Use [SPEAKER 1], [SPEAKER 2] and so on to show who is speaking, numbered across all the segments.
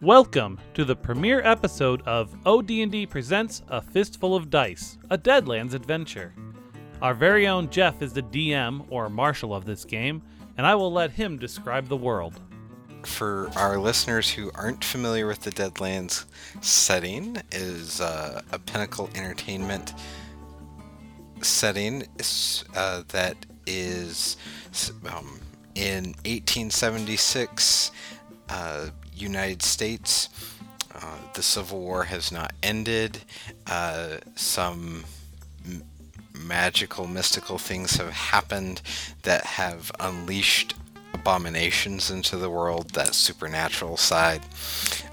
[SPEAKER 1] Welcome to the premiere episode of OD&D presents A Fistful of Dice, a Deadlands adventure. Our very own Jeff is the DM or marshal of this game, and I will let him describe the world.
[SPEAKER 2] for our listeners who aren't familiar with the Deadlands setting, is uh, a Pinnacle Entertainment setting s- uh, that is s- um, in 1876 uh, United States. Uh, the Civil War has not ended. Uh, some magical, mystical things have happened that have unleashed abominations into the world, that supernatural side.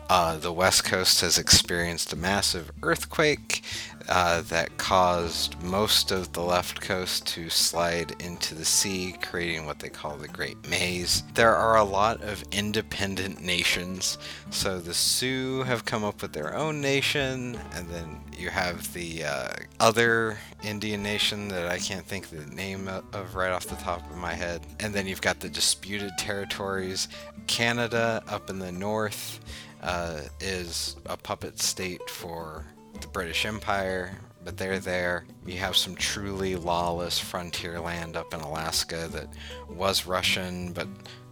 [SPEAKER 2] Uh, the West Coast has experienced a massive earthquake uh, that caused most of the left coast to slide into the sea, creating what they call the Great Maze. There are a lot of independent nations, so the Sioux have come up with their own nation, and then you have the uh, other Indian nation that I can't think the name o- of right off the top of my head. And then you've got the disputed territories. Canada up in the north uh, is a puppet state for the British Empire, but they're there. You have some truly lawless frontier land up in Alaska that was Russian but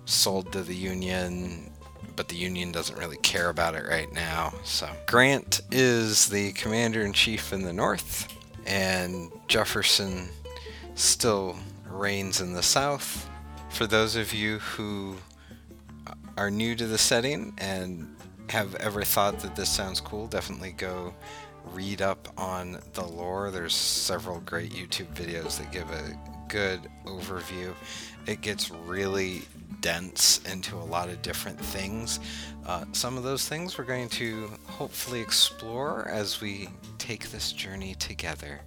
[SPEAKER 2] sold to the Union but the Union doesn't really care about it right now. So Grant is the commander in chief in the North, and Jefferson still reigns in the South. For those of you who are new to the setting and have ever thought that this sounds cool, definitely go read up on the lore. There's several great YouTube videos that give a good overview. It gets really dense into a lot of different things. Uh, some of those things we're going to hopefully explore as we take this journey together.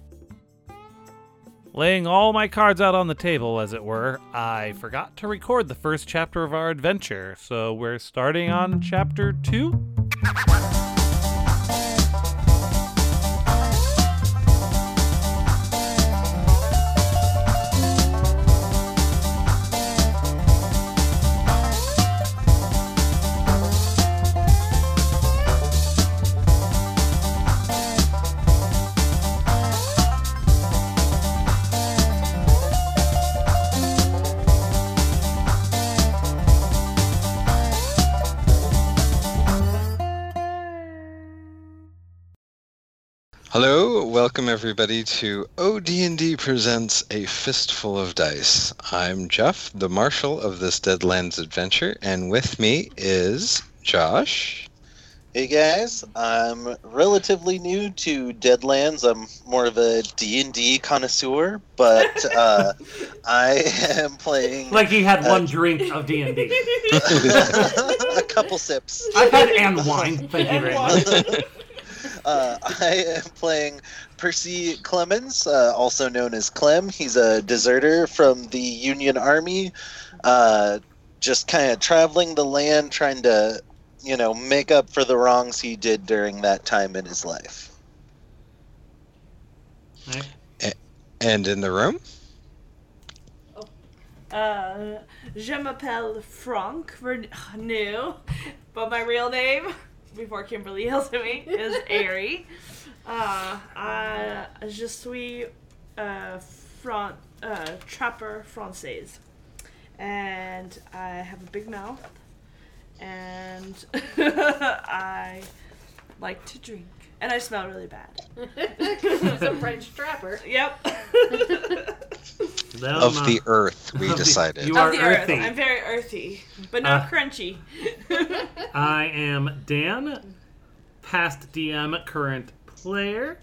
[SPEAKER 1] Laying all my cards out on the table, as it were, I forgot to record the first chapter of our adventure, so we're starting on chapter 2?
[SPEAKER 2] Hello, welcome everybody to OD&D presents a fistful of dice. I'm Jeff, the marshal of this Deadlands adventure, and with me is Josh.
[SPEAKER 3] Hey guys, I'm relatively new to Deadlands. I'm more of a D&D connoisseur, but uh, I am playing
[SPEAKER 4] Like he had
[SPEAKER 3] Uh,
[SPEAKER 4] one drink of D and D.
[SPEAKER 3] a couple sips.
[SPEAKER 4] I've had and wine. Thank you very much.
[SPEAKER 3] Uh, I am playing Percy Clemens, uh, also known as Clem. He's a deserter from the Union Army, uh, just kind of traveling the land, trying to, you know, make up for the wrongs he did during that time in his life.
[SPEAKER 2] And in the room,
[SPEAKER 5] Uh, je m'appelle Franck Renew, but my real name, before Kimberly yells at me, is Ari. Uh, I, je suis uh, Fran- uh, trapper française, and I have a big mouth, and I like to drink, and I smell really bad.
[SPEAKER 6] He's a French trapper.
[SPEAKER 5] Yep.
[SPEAKER 2] of the earth, we
[SPEAKER 4] Of the-
[SPEAKER 2] decided.
[SPEAKER 4] you are-
[SPEAKER 5] of the earth.
[SPEAKER 4] earthy.
[SPEAKER 5] I'm very earthy, but not
[SPEAKER 4] Uh.
[SPEAKER 5] crunchy.
[SPEAKER 4] I am Dan, past DM, current player,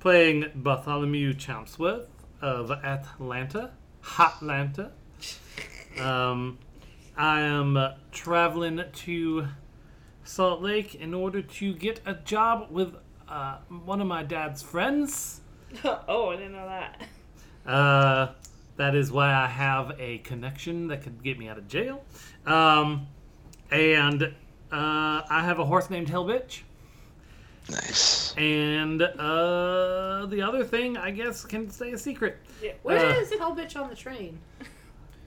[SPEAKER 4] playing Bartholomew Champsworth of Atlanta, Hotlanta. Um, I am uh, traveling to Salt Lake in order to get a job with uh, one of my dad's friends.
[SPEAKER 5] oh, I didn't know that.
[SPEAKER 4] Uh, that is why I have a connection that could get me out of jail. Um, and uh, I have a horse named Hill Bitch.
[SPEAKER 2] Nice.
[SPEAKER 4] And uh, the other thing, I guess, can stay a secret.
[SPEAKER 5] Yeah.
[SPEAKER 4] Uh,
[SPEAKER 6] Where is Hellbitch on the train?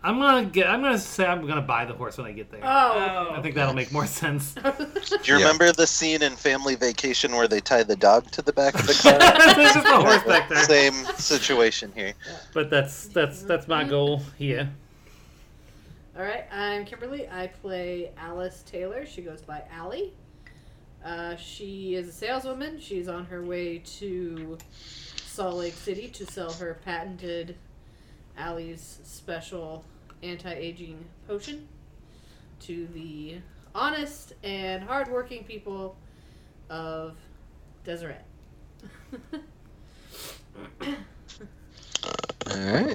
[SPEAKER 4] I'm gonna get. I'm gonna say I'm gonna buy the horse when I get there.
[SPEAKER 6] Oh.
[SPEAKER 4] I think that'll make more sense.
[SPEAKER 3] Do you
[SPEAKER 2] Yeah.
[SPEAKER 3] remember the scene in Family Vacation where they tie the dog to the back of the car?
[SPEAKER 4] There's just a horse back there.
[SPEAKER 3] Same situation here.
[SPEAKER 4] But that's that's that's my goal here.
[SPEAKER 6] All right, I'm Kimberly. I play Alice Taylor. She goes by Allie. Uh, she is a saleswoman. She's on her way to Salt Lake City to sell her patented Allie's special anti aging potion to the honest and hardworking people of Deseret.
[SPEAKER 2] All right.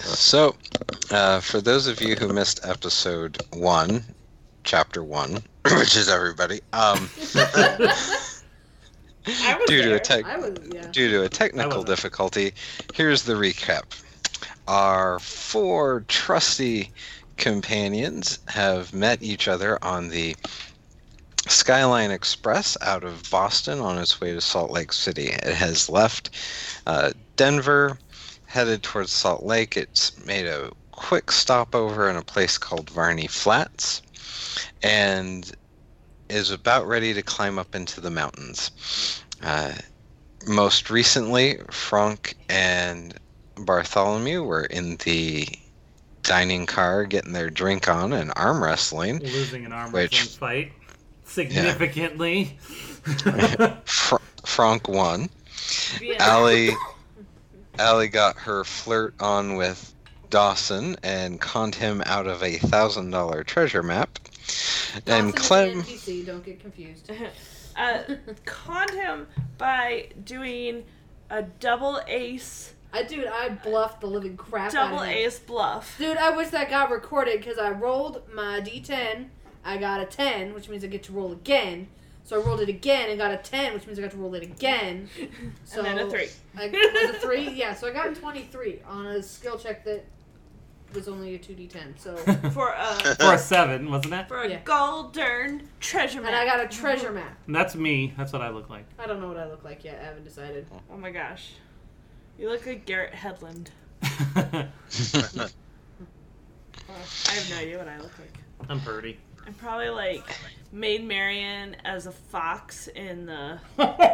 [SPEAKER 2] So, uh, for those of you who missed episode one, chapter one, which is everybody, um,
[SPEAKER 5] I was
[SPEAKER 2] due to
[SPEAKER 5] there.
[SPEAKER 2] a tech,
[SPEAKER 6] I was, yeah.
[SPEAKER 2] due to a technical
[SPEAKER 4] wasn't.
[SPEAKER 2] difficulty, here's the recap. Our four trusty companions have met each other on the Skyline Express out of Boston on its way to Salt Lake City. It has left uh, Denver, headed towards Salt Lake. It's made a quick stopover in a place called Varney Flats and is about ready to climb up into the mountains. Uh, most recently, Frank and Bartholomew were in the dining car getting their drink on and arm wrestling.
[SPEAKER 4] Losing an arm
[SPEAKER 2] Which-
[SPEAKER 4] wrestling fight significantly.
[SPEAKER 2] Fr- Frank won.
[SPEAKER 5] Vietnam.
[SPEAKER 2] Allie, Allie got her flirt on with Dawson and conned him out of a thousand dollar treasure map.
[SPEAKER 6] Dawson is
[SPEAKER 2] And
[SPEAKER 6] the
[SPEAKER 2] Clem,
[SPEAKER 6] NPC, don't get confused.
[SPEAKER 5] uh, conned him by doing a double ace,
[SPEAKER 6] I dude, I bluffed the living crap
[SPEAKER 5] double
[SPEAKER 6] out of him.
[SPEAKER 5] ace bluff.
[SPEAKER 6] Dude, I wish that got recorded because I rolled my d10. I got a 10, which means I get to roll again. So I rolled it again and got a 10, which means I got to roll it again. So
[SPEAKER 5] and then a three.
[SPEAKER 6] I, was a 3? Yeah, so I got a 23 on a skill check that was only a 2d10. So.
[SPEAKER 5] For a
[SPEAKER 4] Four seven, wasn't it?
[SPEAKER 5] for a
[SPEAKER 6] Yeah.
[SPEAKER 5] golden treasure
[SPEAKER 6] And I
[SPEAKER 5] map.
[SPEAKER 6] got a treasure map.
[SPEAKER 4] And that's me. That's what I look like.
[SPEAKER 6] I don't know what I look like yet. I haven't decided.
[SPEAKER 5] oh my gosh, you look like Garrett Headland. Oh, I have no idea what I look like.
[SPEAKER 4] I'm Purdy.
[SPEAKER 5] I'm probably like Maid Marian as a fox in the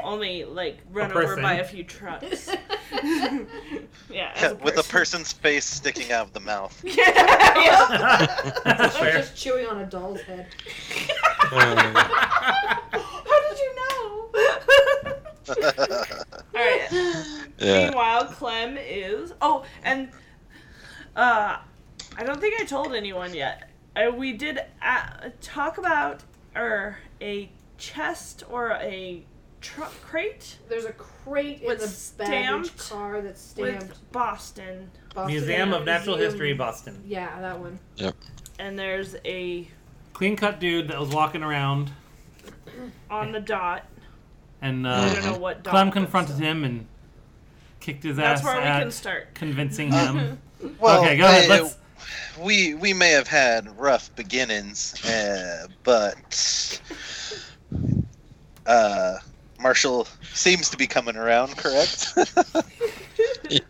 [SPEAKER 5] only like run
[SPEAKER 4] A
[SPEAKER 5] over
[SPEAKER 4] person.
[SPEAKER 5] by a few trucks. yeah, as
[SPEAKER 3] Yeah, with a person's face sticking out of the mouth.
[SPEAKER 5] yeah.
[SPEAKER 4] that's
[SPEAKER 6] I'm
[SPEAKER 4] fair.
[SPEAKER 6] just chewing on a doll's head.
[SPEAKER 2] um,
[SPEAKER 5] How did you know? All right.
[SPEAKER 2] yeah,
[SPEAKER 5] Meanwhile, Clem is oh, and uh, I don't think I told anyone yet. Uh, we did uh, talk about or a chest or a truck crate
[SPEAKER 6] There's a crate in
[SPEAKER 5] With
[SPEAKER 6] the baggage
[SPEAKER 5] stamped-
[SPEAKER 6] car that's stamped.
[SPEAKER 5] with Boston,
[SPEAKER 6] Boston
[SPEAKER 4] Museum of Natural
[SPEAKER 6] Museum-
[SPEAKER 4] History, Boston.
[SPEAKER 6] Yeah, that one.
[SPEAKER 5] and there's a
[SPEAKER 4] Clean cut dude that was walking around,
[SPEAKER 5] on the dot.
[SPEAKER 4] and
[SPEAKER 5] I don't
[SPEAKER 4] uh,
[SPEAKER 5] know what dot.
[SPEAKER 4] Clem
[SPEAKER 5] but
[SPEAKER 4] confronted
[SPEAKER 5] still.
[SPEAKER 4] him and kicked his
[SPEAKER 5] That's
[SPEAKER 4] ass
[SPEAKER 5] where we
[SPEAKER 4] at
[SPEAKER 5] can start.
[SPEAKER 4] convincing him.
[SPEAKER 3] Well,
[SPEAKER 4] okay, go ahead.
[SPEAKER 3] I-
[SPEAKER 4] Let's.
[SPEAKER 3] we we may have had rough beginnings, uh, but uh, Marshall seems to be coming around. Correct?
[SPEAKER 2] yeah,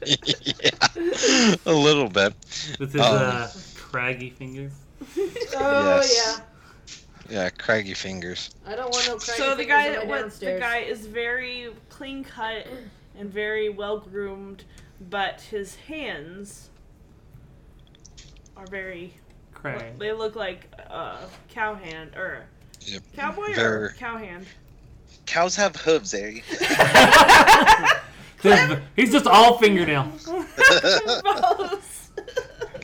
[SPEAKER 2] a little bit.
[SPEAKER 4] With his
[SPEAKER 2] Oh.
[SPEAKER 4] uh, craggy fingers.
[SPEAKER 6] Oh,
[SPEAKER 2] Yes.
[SPEAKER 6] yeah.
[SPEAKER 2] Yeah, craggy fingers.
[SPEAKER 6] I don't want no crazy
[SPEAKER 5] So the guy that
[SPEAKER 6] that
[SPEAKER 5] was the guy is very clean cut and very well groomed, but his hands are very.
[SPEAKER 4] Crag.
[SPEAKER 5] They look like uh, cow hand or
[SPEAKER 2] Yep.
[SPEAKER 5] cowboy or
[SPEAKER 2] They're-
[SPEAKER 5] cow hand.
[SPEAKER 3] Cows have hooves, Ari.
[SPEAKER 4] There's- He's just all fingernail.
[SPEAKER 5] Both.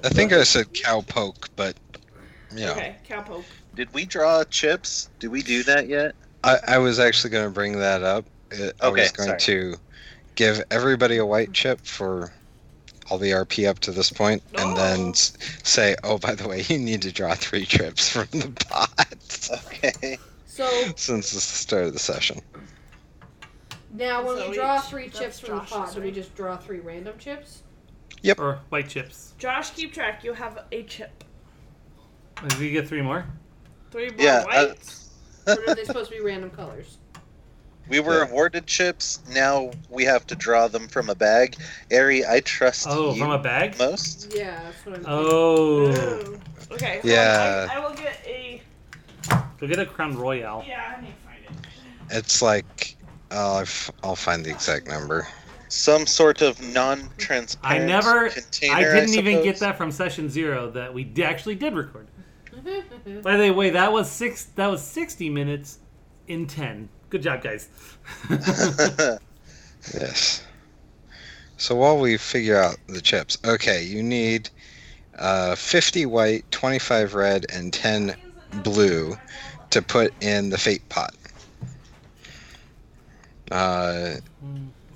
[SPEAKER 2] I think I said cowpoke, but yeah,
[SPEAKER 5] Okay, cowpoke.
[SPEAKER 3] Did we draw chips? Did we do that yet?
[SPEAKER 2] I, I was actually going to bring that up. Uh, I
[SPEAKER 3] Okay,
[SPEAKER 2] was going
[SPEAKER 3] sorry.
[SPEAKER 2] to give everybody a white chip for all the RP up to this point, and
[SPEAKER 5] Oh.
[SPEAKER 2] then s- say, "Oh, by the way, you need to draw three trips from the pot."
[SPEAKER 3] Okay.
[SPEAKER 6] So
[SPEAKER 2] Since it's the start of the session,
[SPEAKER 6] now when
[SPEAKER 5] So
[SPEAKER 6] we draw
[SPEAKER 5] it's-
[SPEAKER 6] three
[SPEAKER 5] that's
[SPEAKER 6] chips from
[SPEAKER 5] Josh's
[SPEAKER 6] the pot, do we
[SPEAKER 5] way.
[SPEAKER 6] just draw three random chips?
[SPEAKER 4] Or white chips.
[SPEAKER 5] Josh, keep track. You have a chip.
[SPEAKER 4] Did we get three more?
[SPEAKER 5] Three blue
[SPEAKER 3] Yeah, uh,
[SPEAKER 5] whites.
[SPEAKER 6] Or are they supposed to be random colors?
[SPEAKER 3] We were
[SPEAKER 2] Yeah.
[SPEAKER 3] awarded chips. Now we have to draw them from a bag. Ari, I trust
[SPEAKER 4] Oh,
[SPEAKER 3] you
[SPEAKER 4] from a bag?
[SPEAKER 3] most.
[SPEAKER 6] Yeah, that's what I'm
[SPEAKER 4] Oh.
[SPEAKER 5] Ooh. Okay. hold on,
[SPEAKER 2] Yeah.
[SPEAKER 5] I, I will get a.
[SPEAKER 4] Go get a crown royale.
[SPEAKER 5] Yeah, I need to find it.
[SPEAKER 2] It's like oh, I f- I'll find the exact number.
[SPEAKER 3] Some sort of non-transparent.
[SPEAKER 4] I never-
[SPEAKER 3] Container,
[SPEAKER 4] I didn't even
[SPEAKER 3] suppose.
[SPEAKER 4] get that from session zero that we d- actually did record.
[SPEAKER 6] thinking.
[SPEAKER 4] By the way, that was six. That was sixty minutes in ten. Good job, guys.
[SPEAKER 2] Yes. So while we figure out the chips, okay, you need uh, 50 white, 25 red, and 10 blue to put in the fate pot. Uh,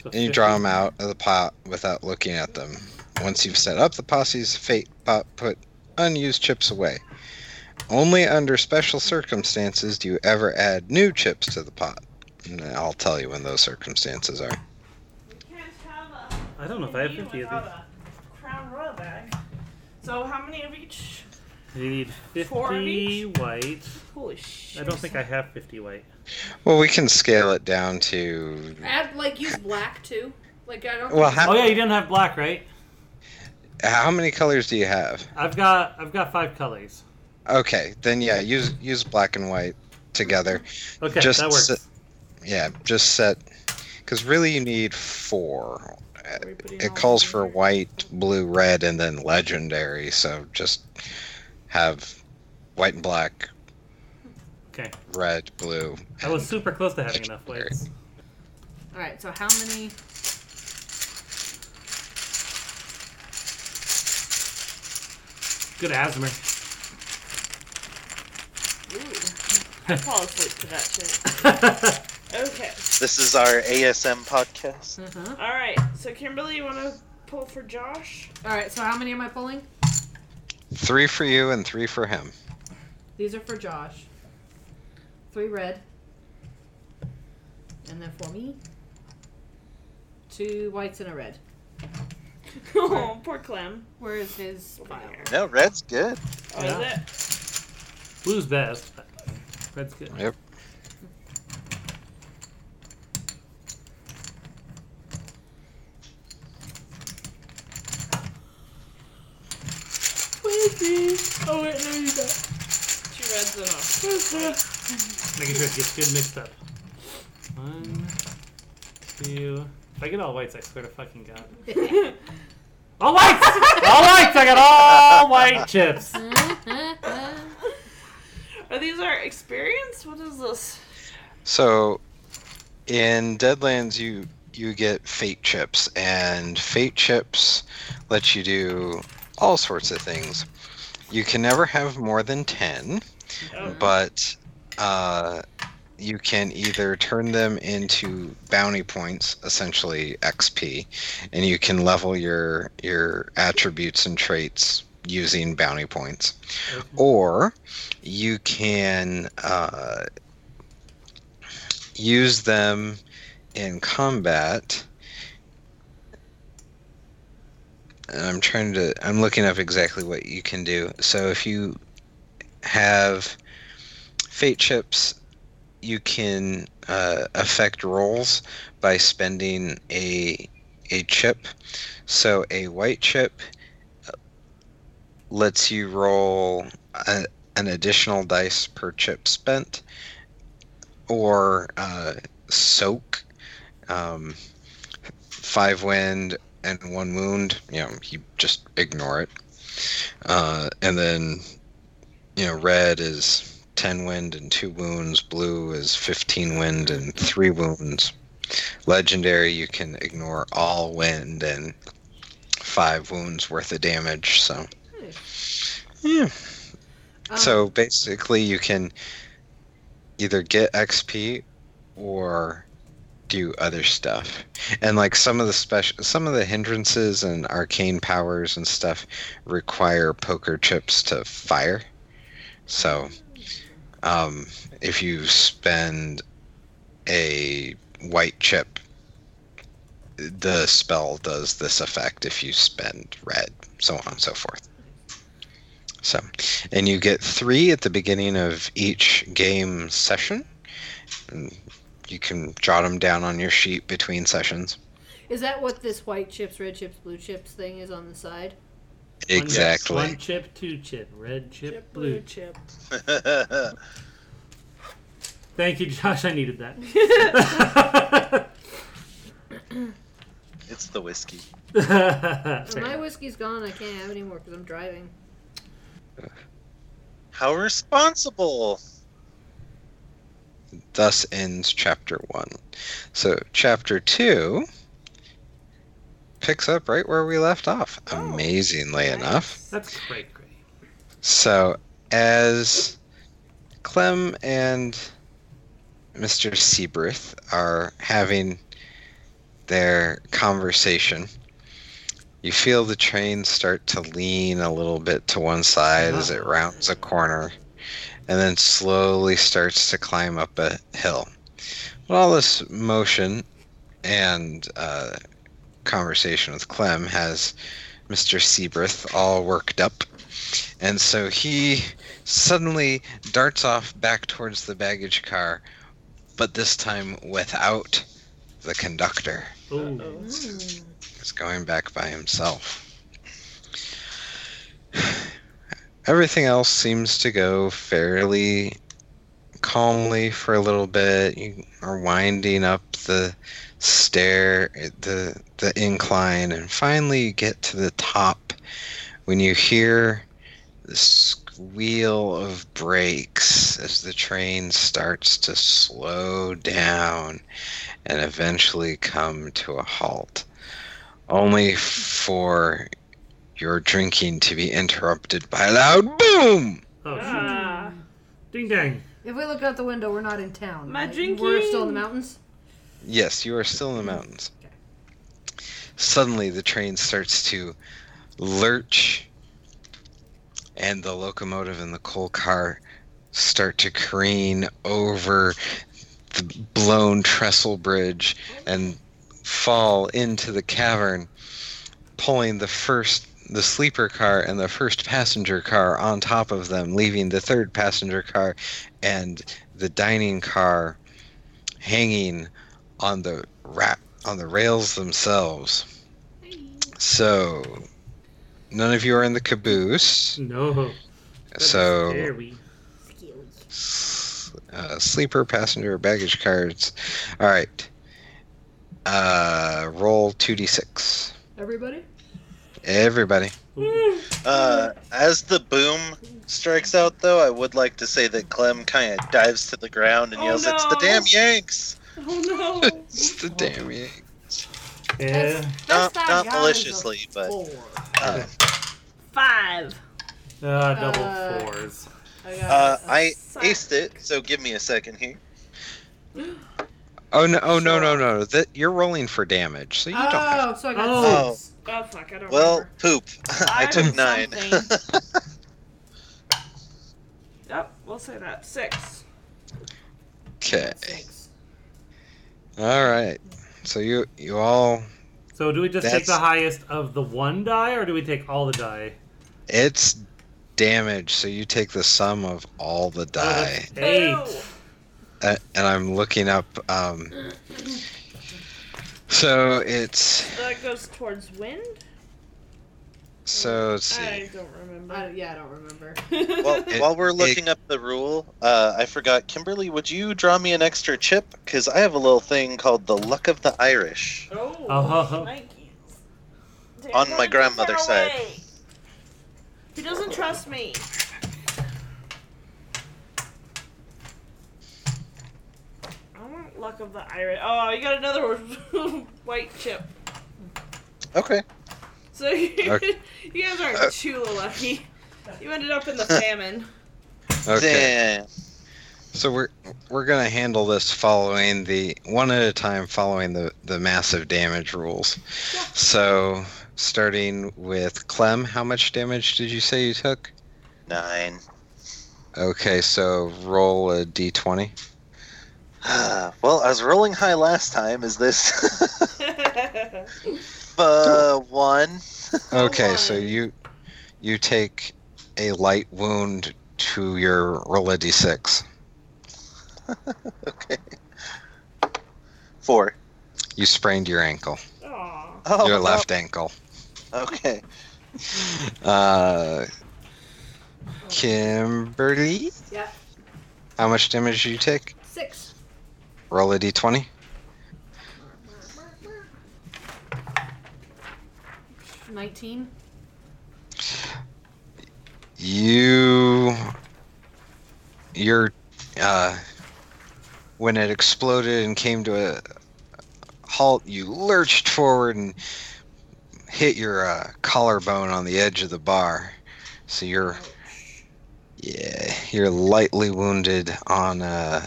[SPEAKER 4] So
[SPEAKER 2] and you
[SPEAKER 4] 50
[SPEAKER 2] draw them out of the pot without looking at them. Once you've set up the posse's fate pot, put unused chips away. Only under special circumstances do you ever add new chips to the pot. And I'll tell you when those circumstances are.
[SPEAKER 5] You guys have a.
[SPEAKER 4] I don't know if I have
[SPEAKER 5] you
[SPEAKER 4] fifty of
[SPEAKER 5] without
[SPEAKER 4] these.
[SPEAKER 5] a Crown royal bag. So how many of each?
[SPEAKER 4] You need
[SPEAKER 5] Four of
[SPEAKER 4] fifty
[SPEAKER 5] each?
[SPEAKER 4] white.
[SPEAKER 5] Holy shit.
[SPEAKER 4] I don't think I have fifty white.
[SPEAKER 2] Well, we can scale it down to.
[SPEAKER 6] Add like use black too. Like I don't.
[SPEAKER 2] Well,
[SPEAKER 6] think-
[SPEAKER 2] how-
[SPEAKER 4] Oh yeah, you didn't have black, right?
[SPEAKER 2] How many colors do you have?
[SPEAKER 4] I've got I've got five colors.
[SPEAKER 2] Okay, then yeah, use use black and white together.
[SPEAKER 4] Okay,
[SPEAKER 2] Just
[SPEAKER 4] that works.
[SPEAKER 2] sit- Yeah, just set. Because really, you need four. Uh,
[SPEAKER 5] Everybody
[SPEAKER 2] It
[SPEAKER 5] else
[SPEAKER 2] calls
[SPEAKER 5] in
[SPEAKER 2] for
[SPEAKER 5] there.
[SPEAKER 2] white, blue, red, and then legendary. So just have white and black,
[SPEAKER 4] Okay,
[SPEAKER 2] red, blue.
[SPEAKER 4] I was super close to having enough whites.
[SPEAKER 6] All right. So how many?
[SPEAKER 4] Good asthma.
[SPEAKER 5] Ooh. I fall asleep to that shit. Okay.
[SPEAKER 3] This is our ASM podcast.
[SPEAKER 6] Uh-huh.
[SPEAKER 5] All right. So Kimberly, you want to pull for Josh?
[SPEAKER 6] All right. So how many am I pulling?
[SPEAKER 2] Three for you and three for him.
[SPEAKER 6] These are for Josh. Three red. And then for me, two whites and a red.
[SPEAKER 5] oh, poor Clem.
[SPEAKER 6] Where is his
[SPEAKER 5] Over
[SPEAKER 6] file?
[SPEAKER 5] there.
[SPEAKER 3] No, red's good.
[SPEAKER 5] Oh,
[SPEAKER 4] Yeah.
[SPEAKER 5] is it?
[SPEAKER 4] Blue's best. but Red's good.
[SPEAKER 2] Yep.
[SPEAKER 5] Oh wait, no, you got two reds and a.
[SPEAKER 4] Making sure it gets good mixed up. One, two. If I get all whites, I swear to fucking god. All whites! all whites! I got all white chips.
[SPEAKER 6] Mm-hmm.
[SPEAKER 5] Are these our experience? What is this?
[SPEAKER 2] So, in Deadlands, you you get fate chips, and fate chips let you do all sorts of things. You can never have more than ten,
[SPEAKER 5] Oh.
[SPEAKER 2] but uh, you can either turn them into bounty points, essentially XP, and you can level your your attributes and traits using bounty points, or you can uh, use them in combat. And I'm trying to. I'm looking up exactly what you can do. So if you have fate chips, you can uh, affect rolls by spending a a chip. So a white chip uh, lets you roll a, an additional dice per chip spent, or uh, soak um, five wind and one wound. You know, you just ignore it, uh, and then you know, red is 10 wind and 2 wounds, blue is 15 wind and 3 wounds. Legendary, you can ignore all wind and 5 wounds worth of damage, so. Yeah.
[SPEAKER 6] Um,
[SPEAKER 2] So basically, you can either get XP or do other stuff. And like some of the special, some of the hindrances and arcane powers and stuff require poker chips to fire. So, um, if you spend a white chip, the spell does this effect. If you spend red, so on and so forth. So, and you get three at the beginning of each game session. And you can jot them down on your sheet between sessions.
[SPEAKER 6] Is that what this white chips, red chips, blue chips thing is on the side?
[SPEAKER 2] Exactly.
[SPEAKER 4] One chip, two chip, red chip, blue chip.
[SPEAKER 5] chip.
[SPEAKER 4] Thank you, Josh. I needed that.
[SPEAKER 3] it's the whiskey.
[SPEAKER 6] Well, my
[SPEAKER 4] Fair.
[SPEAKER 6] whiskey's gone. I can't have any more because I'm driving.
[SPEAKER 3] How responsible.
[SPEAKER 2] Thus ends chapter one. So chapter two picks up right where we left off, amazingly enough.
[SPEAKER 4] That's great, great.
[SPEAKER 2] So, as Clem and Mr. Seabrith are having their conversation, you feel the train start to lean a little bit to one side as it rounds a corner and then slowly starts to climb up a hill. But all this motion and uh, conversation with Clem has Mr. Seabrith all worked up. And so he suddenly darts off back towards the baggage car, but this time without the conductor.
[SPEAKER 4] Ooh.
[SPEAKER 2] He's going back by himself. Everything else seems to go fairly calmly for a little bit. You are winding up the stair, the the incline, and finally you get to the top when you hear the squeal of brakes as the train starts to slow down and eventually come to a halt only for your drinking to be interrupted by a loud boom.
[SPEAKER 4] Oh, shoot.
[SPEAKER 5] Ah,
[SPEAKER 4] Ding dang.
[SPEAKER 6] If we look out the window, we're not in town.
[SPEAKER 5] My
[SPEAKER 6] right? We're still
[SPEAKER 5] drinking.
[SPEAKER 6] in the mountains.
[SPEAKER 2] Yes, you are still in the mountains. Suddenly, the train starts to lurch, and the locomotive and the coal car start to careen over the blown trestle bridge and fall into the cavern, pulling the first the sleeper car and the first passenger car on top of them, leaving the third passenger car and the dining car hanging on the ra- on the rails themselves. So none of you are in the caboose.
[SPEAKER 4] No. That's
[SPEAKER 2] So
[SPEAKER 4] scary.
[SPEAKER 2] s- uh, sleeper passenger baggage cards. All right. Uh, roll two d six.
[SPEAKER 6] Everybody?
[SPEAKER 2] Everybody.
[SPEAKER 3] Uh, as the boom strikes out, though, I would like to say that Clem kind of dives to the ground and
[SPEAKER 5] Oh,
[SPEAKER 3] yells, "It's the
[SPEAKER 5] no.
[SPEAKER 3] damn Yanks!"
[SPEAKER 5] Oh no.
[SPEAKER 2] It's the damn yank.
[SPEAKER 4] Yeah.
[SPEAKER 3] Not,
[SPEAKER 6] That's Oh,
[SPEAKER 3] not maliciously, but
[SPEAKER 6] Four.
[SPEAKER 3] uh,
[SPEAKER 5] Five.
[SPEAKER 4] Ah, double
[SPEAKER 6] Uh,
[SPEAKER 4] fours.
[SPEAKER 6] I got
[SPEAKER 3] uh,
[SPEAKER 6] a
[SPEAKER 3] I
[SPEAKER 5] Suck.
[SPEAKER 3] aced it. So give me a second here.
[SPEAKER 2] Oh no! Oh no! No! No! That you're rolling for damage, so you don't. Have,
[SPEAKER 6] Oh, so I got
[SPEAKER 4] Oh.
[SPEAKER 6] six.
[SPEAKER 5] Oh fuck, I don't
[SPEAKER 3] Well,
[SPEAKER 5] remember.
[SPEAKER 3] poop. I took nine.
[SPEAKER 5] something. Yep, we'll say that. Six.
[SPEAKER 2] okay.
[SPEAKER 6] Six.
[SPEAKER 2] All right. So you you all.
[SPEAKER 4] So do we just take
[SPEAKER 2] That's-
[SPEAKER 4] the highest of the one die, or do we take all the die?
[SPEAKER 2] It's damage, so you take the sum of all the die.
[SPEAKER 4] Eight.
[SPEAKER 5] Oh,
[SPEAKER 2] Uh, and I'm looking up. Um, so it's
[SPEAKER 5] Ew. That goes towards wind?
[SPEAKER 2] so let's see.
[SPEAKER 5] I don't
[SPEAKER 6] I,
[SPEAKER 5] remember.
[SPEAKER 6] yeah, I don't remember.
[SPEAKER 3] Well,
[SPEAKER 2] It-
[SPEAKER 3] while we're looking up the rule, uh, I forgot. Kimberly, would you draw me an extra chip? Because I have a little thing called the Luck of the Irish.
[SPEAKER 5] oh,
[SPEAKER 4] Oh.
[SPEAKER 5] Mikey. Take
[SPEAKER 3] Uh-huh. On
[SPEAKER 5] one
[SPEAKER 3] my
[SPEAKER 5] of these
[SPEAKER 3] grandmother's side.
[SPEAKER 5] away. He doesn't trust me. I want luck of the Irish. Oh, you got another white chip.
[SPEAKER 3] Okay.
[SPEAKER 5] So you
[SPEAKER 2] Okay.
[SPEAKER 5] you guys
[SPEAKER 3] Uh,
[SPEAKER 5] aren't too lucky. You ended up in the famine.
[SPEAKER 2] Okay.
[SPEAKER 3] Damn.
[SPEAKER 2] So we're we're gonna handle this following the one at a time, following the the massive damage rules. So starting with Clem, how much damage did you say you took?
[SPEAKER 3] Nine.
[SPEAKER 2] Okay, so roll a d20.
[SPEAKER 3] well, I was rolling high last time. Is this uh, one? Oh,
[SPEAKER 2] Okay, so you you take a light wound to your roll a d6.
[SPEAKER 3] Okay. Four.
[SPEAKER 2] You sprained your ankle,
[SPEAKER 5] Aw.
[SPEAKER 3] Oh,
[SPEAKER 2] your
[SPEAKER 3] no.
[SPEAKER 2] left ankle.
[SPEAKER 3] Okay.
[SPEAKER 2] Uh, Kimberly,
[SPEAKER 6] Yeah.
[SPEAKER 2] how much damage do you take?
[SPEAKER 6] Six.
[SPEAKER 2] Roll a d20.
[SPEAKER 6] Nineteen.
[SPEAKER 2] You, your, uh, when it exploded and came to a halt, you lurched forward and hit your uh, collarbone on the edge of the bar. So you're, yeah, you're lightly wounded on uh,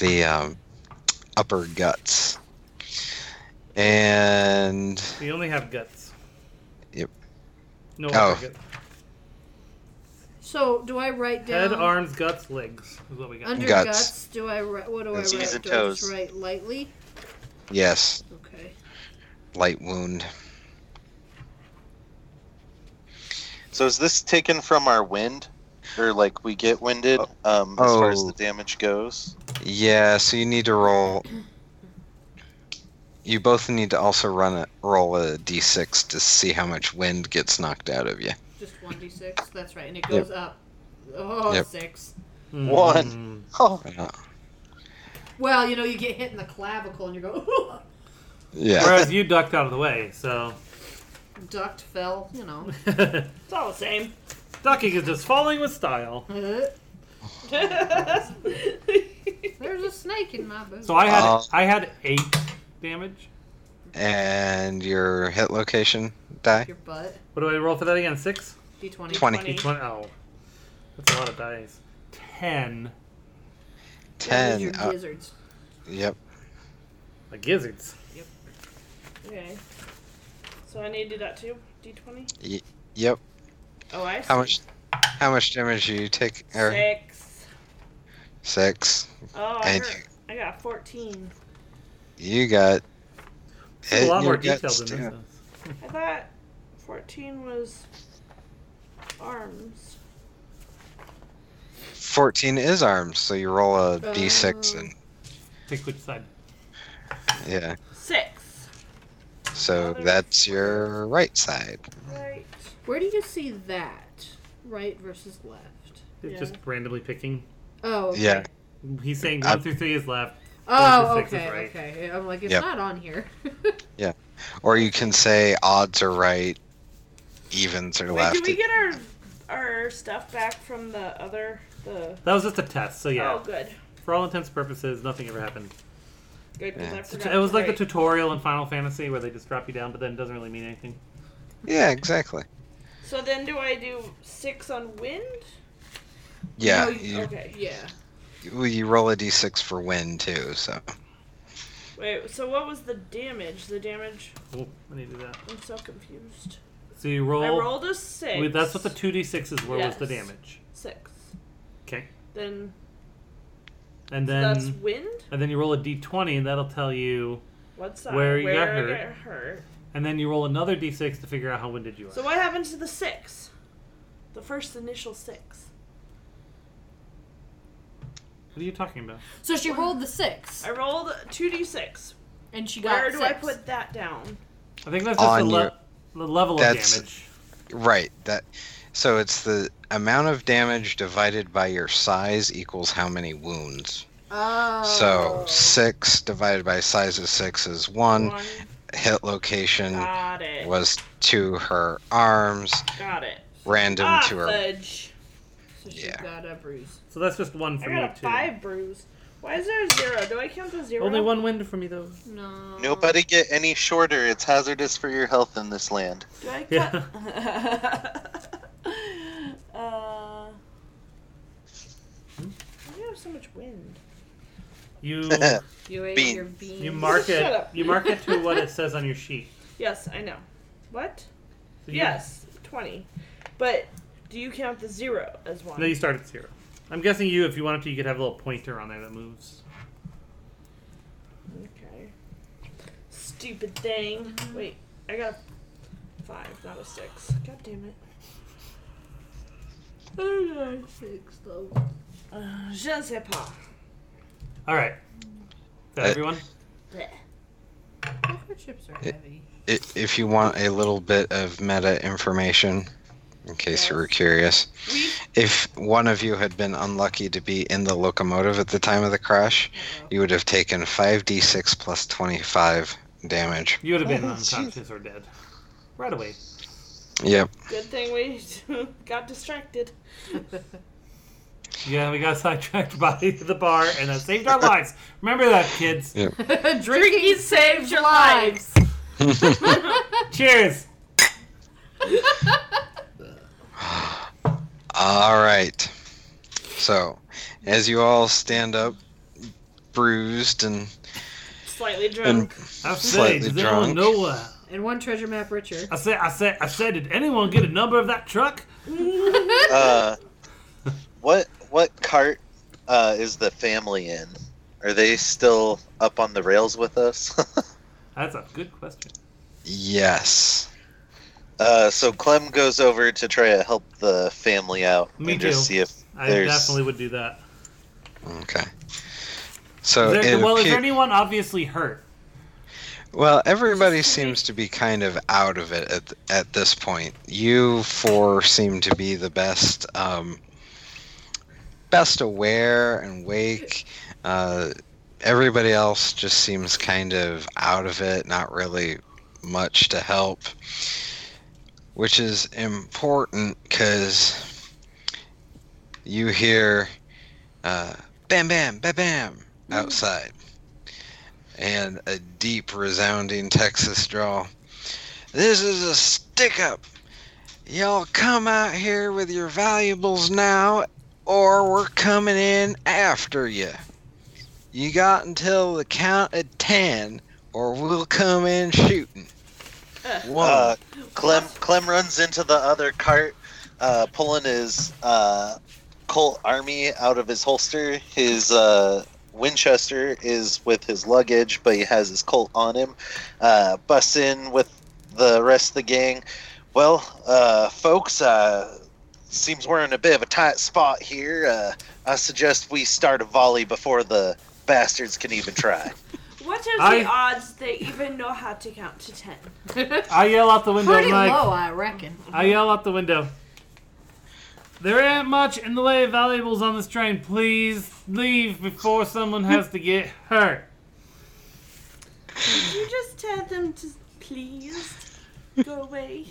[SPEAKER 2] the um, upper guts. And
[SPEAKER 4] We only have guts.
[SPEAKER 2] Yep.
[SPEAKER 4] No
[SPEAKER 2] Oh.
[SPEAKER 4] other guts.
[SPEAKER 6] So do I write down
[SPEAKER 4] Head, arms, guts, legs is what we got.
[SPEAKER 6] under
[SPEAKER 2] Guts.
[SPEAKER 6] guts. Do I write? What do I
[SPEAKER 3] Knees
[SPEAKER 6] write?
[SPEAKER 3] and
[SPEAKER 6] Do I just
[SPEAKER 3] toes.
[SPEAKER 6] write lightly?
[SPEAKER 2] yes,
[SPEAKER 6] Okay.
[SPEAKER 2] light wound.
[SPEAKER 3] So is this taken from our wind, or like we get winded um, as far as
[SPEAKER 2] Oh.
[SPEAKER 3] the damage goes?
[SPEAKER 2] Yeah, so you need to roll. You both need to also run a roll a d6 to see how much wind gets knocked out of you.
[SPEAKER 6] Just one d six. That's right, and it
[SPEAKER 2] Yep.
[SPEAKER 6] goes up. Oh,
[SPEAKER 2] Yep.
[SPEAKER 6] six.
[SPEAKER 4] Hmm.
[SPEAKER 3] One. Oh,
[SPEAKER 2] Uh,
[SPEAKER 6] Well, you know, you get hit in the clavicle, and you go. Ooh,
[SPEAKER 2] yeah.
[SPEAKER 4] Whereas you ducked out of the way, so
[SPEAKER 6] ducked, fell. You know.
[SPEAKER 5] It's all the same.
[SPEAKER 4] ducking is just falling with style.
[SPEAKER 6] Uh,
[SPEAKER 5] That's
[SPEAKER 6] There's a snake in my boot.
[SPEAKER 4] So I had
[SPEAKER 2] Uh.
[SPEAKER 4] I had eight damage.
[SPEAKER 2] And your hit location die?
[SPEAKER 6] Your butt.
[SPEAKER 4] What do I roll for that again? Six.
[SPEAKER 6] D twenty.
[SPEAKER 2] 20.
[SPEAKER 5] funny.
[SPEAKER 4] One. Oh, that's a lot of dice. Ten.
[SPEAKER 2] 10.
[SPEAKER 6] That is Your
[SPEAKER 2] Uh,
[SPEAKER 6] gizzards.
[SPEAKER 2] yep.
[SPEAKER 4] Like gizzards.
[SPEAKER 5] Okay. So I need to do that too. D20.
[SPEAKER 2] Yep.
[SPEAKER 5] Oh, I see.
[SPEAKER 2] How much how much damage do you take? Or
[SPEAKER 5] Six.
[SPEAKER 2] 6.
[SPEAKER 5] Oh, I,
[SPEAKER 2] And
[SPEAKER 5] hurt. I got 14.
[SPEAKER 2] You got
[SPEAKER 4] This is
[SPEAKER 2] hit
[SPEAKER 4] a lot
[SPEAKER 2] in
[SPEAKER 4] more
[SPEAKER 2] your
[SPEAKER 4] detailed
[SPEAKER 2] guts,
[SPEAKER 4] than
[SPEAKER 2] too.
[SPEAKER 4] this. Is.
[SPEAKER 5] I thought 14 was arms.
[SPEAKER 2] 14 is arms, so you roll a d6
[SPEAKER 6] Oh.
[SPEAKER 2] and
[SPEAKER 4] Pick which side.
[SPEAKER 2] yeah.
[SPEAKER 5] Six.
[SPEAKER 2] So
[SPEAKER 5] Another-
[SPEAKER 2] that's your right side.
[SPEAKER 5] Right.
[SPEAKER 6] Where do you see that? Right versus left.
[SPEAKER 4] It's
[SPEAKER 5] Yeah.
[SPEAKER 4] Just randomly picking.
[SPEAKER 6] Oh. Okay.
[SPEAKER 2] Yeah.
[SPEAKER 4] He's saying
[SPEAKER 2] I-
[SPEAKER 4] one through three is left.
[SPEAKER 6] Oh,
[SPEAKER 4] One through six is
[SPEAKER 6] okay,
[SPEAKER 4] right.
[SPEAKER 6] okay. I'm like, it's
[SPEAKER 2] Yep.
[SPEAKER 6] not on here.
[SPEAKER 2] Or you can say odds are right, evens are
[SPEAKER 5] Wait,
[SPEAKER 2] left.
[SPEAKER 5] did we get our our stuff back from the other the?
[SPEAKER 4] That was just a test. So yeah,
[SPEAKER 5] Oh, good,
[SPEAKER 4] for all intents and purposes, nothing ever happened.
[SPEAKER 5] good. 'cause I
[SPEAKER 2] Yeah.
[SPEAKER 5] forgot
[SPEAKER 4] it was
[SPEAKER 5] to
[SPEAKER 4] like
[SPEAKER 5] write.
[SPEAKER 4] the tutorial in Final Fantasy where they just drop you down, but then it doesn't really mean anything.
[SPEAKER 2] Yeah, exactly.
[SPEAKER 5] So then, do I do six on wind?
[SPEAKER 2] Yeah,
[SPEAKER 6] No,
[SPEAKER 2] you,
[SPEAKER 5] Okay.
[SPEAKER 6] yeah.
[SPEAKER 2] well, you roll a d6 for win too. So
[SPEAKER 5] Wait. So what was the damage? The damage.
[SPEAKER 4] Oh, I need to do that.
[SPEAKER 5] I'm so confused.
[SPEAKER 4] So you roll.
[SPEAKER 5] I rolled a six.
[SPEAKER 4] Wait, that's what the two d sixes were. Was the
[SPEAKER 5] Yes.
[SPEAKER 4] damage?
[SPEAKER 5] six.
[SPEAKER 4] Okay,
[SPEAKER 5] Then,
[SPEAKER 4] and
[SPEAKER 5] so
[SPEAKER 4] then
[SPEAKER 5] that's wind.
[SPEAKER 4] and then you roll a d twenty, and that'll tell you.
[SPEAKER 5] What's that?
[SPEAKER 4] Where you got
[SPEAKER 5] I
[SPEAKER 4] hurt.
[SPEAKER 5] get hurt.
[SPEAKER 4] And then you roll another d six to figure out how winded you are.
[SPEAKER 5] So what happened to the six? The first initial six.
[SPEAKER 4] what are you talking about?
[SPEAKER 6] So she rolled the six,
[SPEAKER 5] I rolled two d six.
[SPEAKER 6] and she got
[SPEAKER 5] Where do I
[SPEAKER 6] six.
[SPEAKER 5] put that down?
[SPEAKER 4] I think that's just the,
[SPEAKER 2] On
[SPEAKER 4] le-
[SPEAKER 2] your-
[SPEAKER 4] the level
[SPEAKER 2] That's-
[SPEAKER 4] of damage.
[SPEAKER 2] right, that so it's the amount of damage divided by your size equals how many wounds.
[SPEAKER 6] Oh.
[SPEAKER 2] So six divided by size of six is one.
[SPEAKER 5] One.
[SPEAKER 2] Hit location
[SPEAKER 5] Got it.
[SPEAKER 2] was to her arms,
[SPEAKER 5] Got it.
[SPEAKER 2] random
[SPEAKER 5] Ah,
[SPEAKER 2] to her.
[SPEAKER 5] fudge.
[SPEAKER 6] So she
[SPEAKER 2] Yeah.
[SPEAKER 6] got a bruise.
[SPEAKER 4] So that's just one
[SPEAKER 5] I
[SPEAKER 4] for me
[SPEAKER 5] got
[SPEAKER 4] too.
[SPEAKER 5] a five bruise. Why is there a zero? Do I count the zero?
[SPEAKER 4] Only one wind for me though.
[SPEAKER 6] No.
[SPEAKER 3] nobody get any shorter. It's hazardous for your health in this land.
[SPEAKER 5] Do I count?
[SPEAKER 4] Yeah.
[SPEAKER 5] uh, why do you have so much wind?
[SPEAKER 4] You
[SPEAKER 6] You ate
[SPEAKER 3] Bean.
[SPEAKER 6] your beans.
[SPEAKER 4] you mark it.
[SPEAKER 5] Shut up.
[SPEAKER 4] You mark it to what it says on your sheet.
[SPEAKER 5] Yes, I know. What?
[SPEAKER 4] So you-
[SPEAKER 5] Yes, twenty. But do you count the zero as one?
[SPEAKER 4] No, you start at zero. I'm guessing you, if you wanted to, you could have a little pointer on there that moves.
[SPEAKER 5] Okay. Stupid thing. Wait, I got a five, not a six. God damn it.
[SPEAKER 6] Six, though.
[SPEAKER 5] Uh, je ne sais pas.
[SPEAKER 4] All right. Is that
[SPEAKER 2] Uh,
[SPEAKER 4] everyone?
[SPEAKER 5] Bleh.
[SPEAKER 6] Poker chips are heavy.
[SPEAKER 2] I- If you want a little bit of meta information, in case you were curious,
[SPEAKER 5] We
[SPEAKER 2] if one of you had been unlucky to be in the locomotive at the time of the crash, you would have taken 5d6 plus 25 damage.
[SPEAKER 4] You would have been
[SPEAKER 3] Oh, jeez.
[SPEAKER 4] unconscious or dead. Right away.
[SPEAKER 2] Yep.
[SPEAKER 5] good thing we got distracted.
[SPEAKER 4] Yeah, we got sidetracked by the bar and that saved our lives. Remember that, kids.
[SPEAKER 6] Drinking saved your lives.
[SPEAKER 4] Cheers.
[SPEAKER 2] All right. So, as you all stand up, bruised and
[SPEAKER 5] Slightly drunk.
[SPEAKER 4] I say,
[SPEAKER 2] Slightly
[SPEAKER 4] does anyone
[SPEAKER 2] drunk.
[SPEAKER 4] know what?
[SPEAKER 6] And one treasure map richer.
[SPEAKER 4] I said, I said, I said, did anyone get a number of that truck?
[SPEAKER 3] Uh, what what cart uh, is the family in? Are they still up on the rails with us?
[SPEAKER 4] That's a good question.
[SPEAKER 2] yes.
[SPEAKER 3] uh, so Clem goes over to try to help the family out
[SPEAKER 4] Me
[SPEAKER 3] and just
[SPEAKER 4] too.
[SPEAKER 3] see if
[SPEAKER 4] I
[SPEAKER 3] there's
[SPEAKER 4] definitely would do that.
[SPEAKER 2] Okay.
[SPEAKER 3] Oh,
[SPEAKER 2] So,
[SPEAKER 4] Is there-
[SPEAKER 2] it
[SPEAKER 4] well, is
[SPEAKER 2] appear-
[SPEAKER 4] there anyone obviously hurt?
[SPEAKER 2] Well, everybody seems to be kind of out of it at, at this point. You four seem to be the best, um, best aware and wake. Uh, everybody else just seems kind of out of it, not really much to help, which is important because you hear uh, bam, bam, bam, bam outside and a deep resounding Texas drawl. This is a stick up. Y'all come out here with your valuables now, or we're coming in after you. You got until the count of ten, or we'll come in shooting. One.
[SPEAKER 3] Uh, Clem Clem runs into the other cart, uh, pulling his uh, Colt Army out of his holster. His uh, Winchester is with his luggage, but he has his Colt on him. Uh, busts in with the rest of the gang. Well, uh, folks, uh, seems we're in a bit of a tight spot here. Uh, I suggest we start a volley before the bastards can even try.
[SPEAKER 5] What are
[SPEAKER 4] I-
[SPEAKER 5] the odds they even know how to count to ten?
[SPEAKER 4] I yell out the window,
[SPEAKER 6] Pretty
[SPEAKER 4] Mike.
[SPEAKER 6] low, I reckon.
[SPEAKER 4] I yell out the window. There ain't much in the way of valuables on this train. Please leave before someone has to get hurt.
[SPEAKER 5] Did you just tell them to please go away?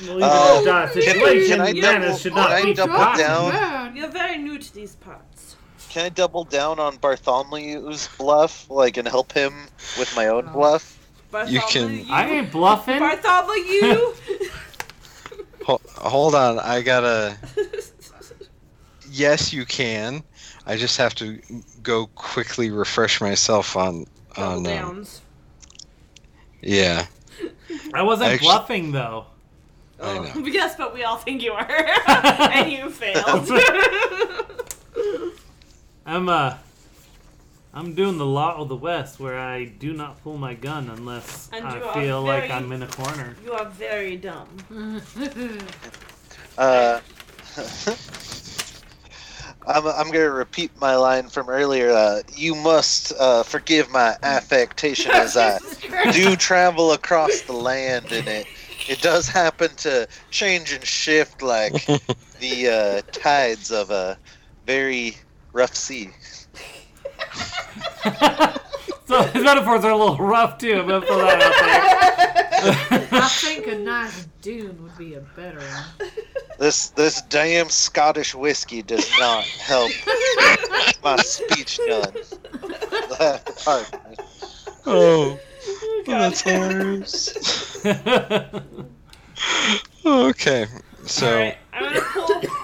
[SPEAKER 4] Leave it or die
[SPEAKER 3] Oh. can I-
[SPEAKER 4] situation.
[SPEAKER 3] can I
[SPEAKER 4] manners
[SPEAKER 3] double-
[SPEAKER 4] should
[SPEAKER 3] can I
[SPEAKER 4] not be
[SPEAKER 3] double
[SPEAKER 4] forgotten.
[SPEAKER 3] down?
[SPEAKER 5] You're very new to these parts.
[SPEAKER 3] Can I double down on Bartholomew's bluff, like, and help him with my own bluff?
[SPEAKER 2] You can-
[SPEAKER 4] I ain't bluffing.
[SPEAKER 5] Bartholomew.
[SPEAKER 2] Ho- hold on, I gotta. Yes, you can. I just have to go quickly refresh myself on
[SPEAKER 5] Double
[SPEAKER 2] on. Um,
[SPEAKER 5] downs.
[SPEAKER 2] yeah.
[SPEAKER 4] I wasn't
[SPEAKER 2] Actually-
[SPEAKER 4] bluffing though.
[SPEAKER 2] I know.
[SPEAKER 5] Oh, yes, but we all think you are, and you failed.
[SPEAKER 4] I'm uh, I'm doing the law of the West, where I do not pull my gun unless
[SPEAKER 5] And you
[SPEAKER 4] I
[SPEAKER 5] are
[SPEAKER 4] feel like
[SPEAKER 5] very-
[SPEAKER 4] I'm in a corner.
[SPEAKER 5] you are very dumb.
[SPEAKER 3] Uh, I'm, I'm gonna repeat my line from earlier. Uh, you must uh, forgive my affectation as I do travel across the land, and it it does happen to change and shift like the uh, tides of a very rough sea.
[SPEAKER 4] So his metaphors are a little rough too. I'm gonna throw that out there.
[SPEAKER 6] I think a nice dune would be a better one.
[SPEAKER 3] This this damn Scottish whiskey does not help my speech none. Pardon me.
[SPEAKER 2] Oh,
[SPEAKER 5] God.
[SPEAKER 2] hilarious.
[SPEAKER 4] okay,
[SPEAKER 2] okay, so
[SPEAKER 5] Alright, I'm gonna pull.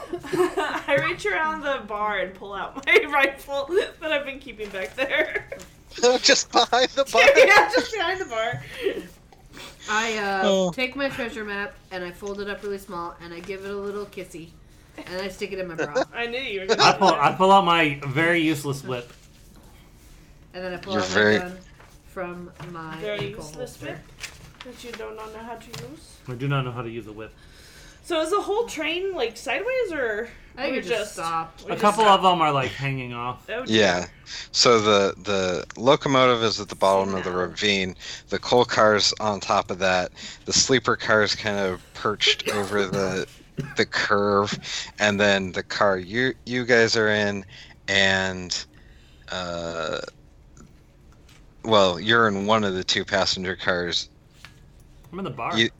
[SPEAKER 5] I reach around the bar and pull out my rifle that I've been keeping back there.
[SPEAKER 3] Just behind the bar.
[SPEAKER 5] yeah, just behind the bar.
[SPEAKER 6] I uh,
[SPEAKER 2] Oh.
[SPEAKER 6] take my treasure map and I fold it up really small and I give it a little kissy and I stick it in my bra.
[SPEAKER 5] I knew you were gonna.
[SPEAKER 4] I
[SPEAKER 5] do
[SPEAKER 4] pull
[SPEAKER 5] that.
[SPEAKER 4] I pull out my very useless whip.
[SPEAKER 6] And then I pull
[SPEAKER 2] You're
[SPEAKER 6] out my
[SPEAKER 2] very-
[SPEAKER 6] gun from my
[SPEAKER 5] Very
[SPEAKER 6] ankle
[SPEAKER 5] useless
[SPEAKER 6] holster.
[SPEAKER 5] whip that you don't know how to use.
[SPEAKER 4] I do not know how to use a whip.
[SPEAKER 5] So is the whole train like sideways or
[SPEAKER 6] I think
[SPEAKER 5] We
[SPEAKER 6] it just,
[SPEAKER 5] just-
[SPEAKER 6] stopped.
[SPEAKER 5] We
[SPEAKER 4] A
[SPEAKER 5] just
[SPEAKER 4] couple
[SPEAKER 5] got-
[SPEAKER 4] of them are like hanging off.
[SPEAKER 5] Oh, dear.
[SPEAKER 2] Yeah. So the the locomotive is at the bottom of the
[SPEAKER 5] Now.
[SPEAKER 2] ravine. The coal car's on top of that. The sleeper car's kind of perched over the the curve, and then the car you you guys are in, and uh, well, you're in one of the two passenger cars.
[SPEAKER 4] I'm in the bar.
[SPEAKER 2] You-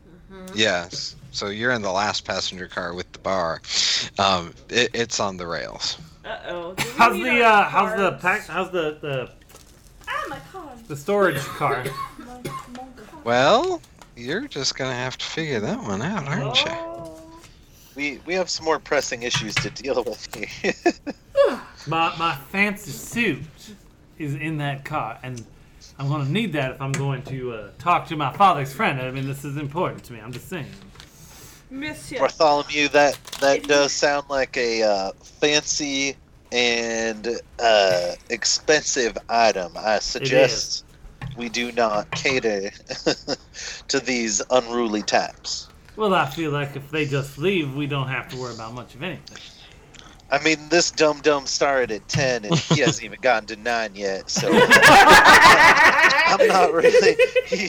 [SPEAKER 2] Yes. So you're in the last passenger car with the bar. Um, it, it's on the rails.
[SPEAKER 5] Uh oh.
[SPEAKER 4] how's the uh, how's the pack? How's the the,
[SPEAKER 5] Ah, my car.
[SPEAKER 4] the storage car?
[SPEAKER 5] My, my car.
[SPEAKER 2] Well, you're just gonna have to figure that one out, aren't you?
[SPEAKER 5] Oh.
[SPEAKER 3] We we have some more pressing issues to deal with here.
[SPEAKER 4] My my fancy suit is in that car, and I'm gonna need that if I'm going to uh, talk to my father's friend. I mean, this is important to me. I'm just saying.
[SPEAKER 5] Monsieur.
[SPEAKER 3] Bartholomew, that that does sound like a uh, fancy and uh, expensive item. I suggest we do not cater to these unruly types.
[SPEAKER 4] Well, I feel like if they just leave, we don't have to worry about much of anything.
[SPEAKER 3] I mean, this dum dum started at ten, and he hasn't even gotten to nine yet. So I'm not really.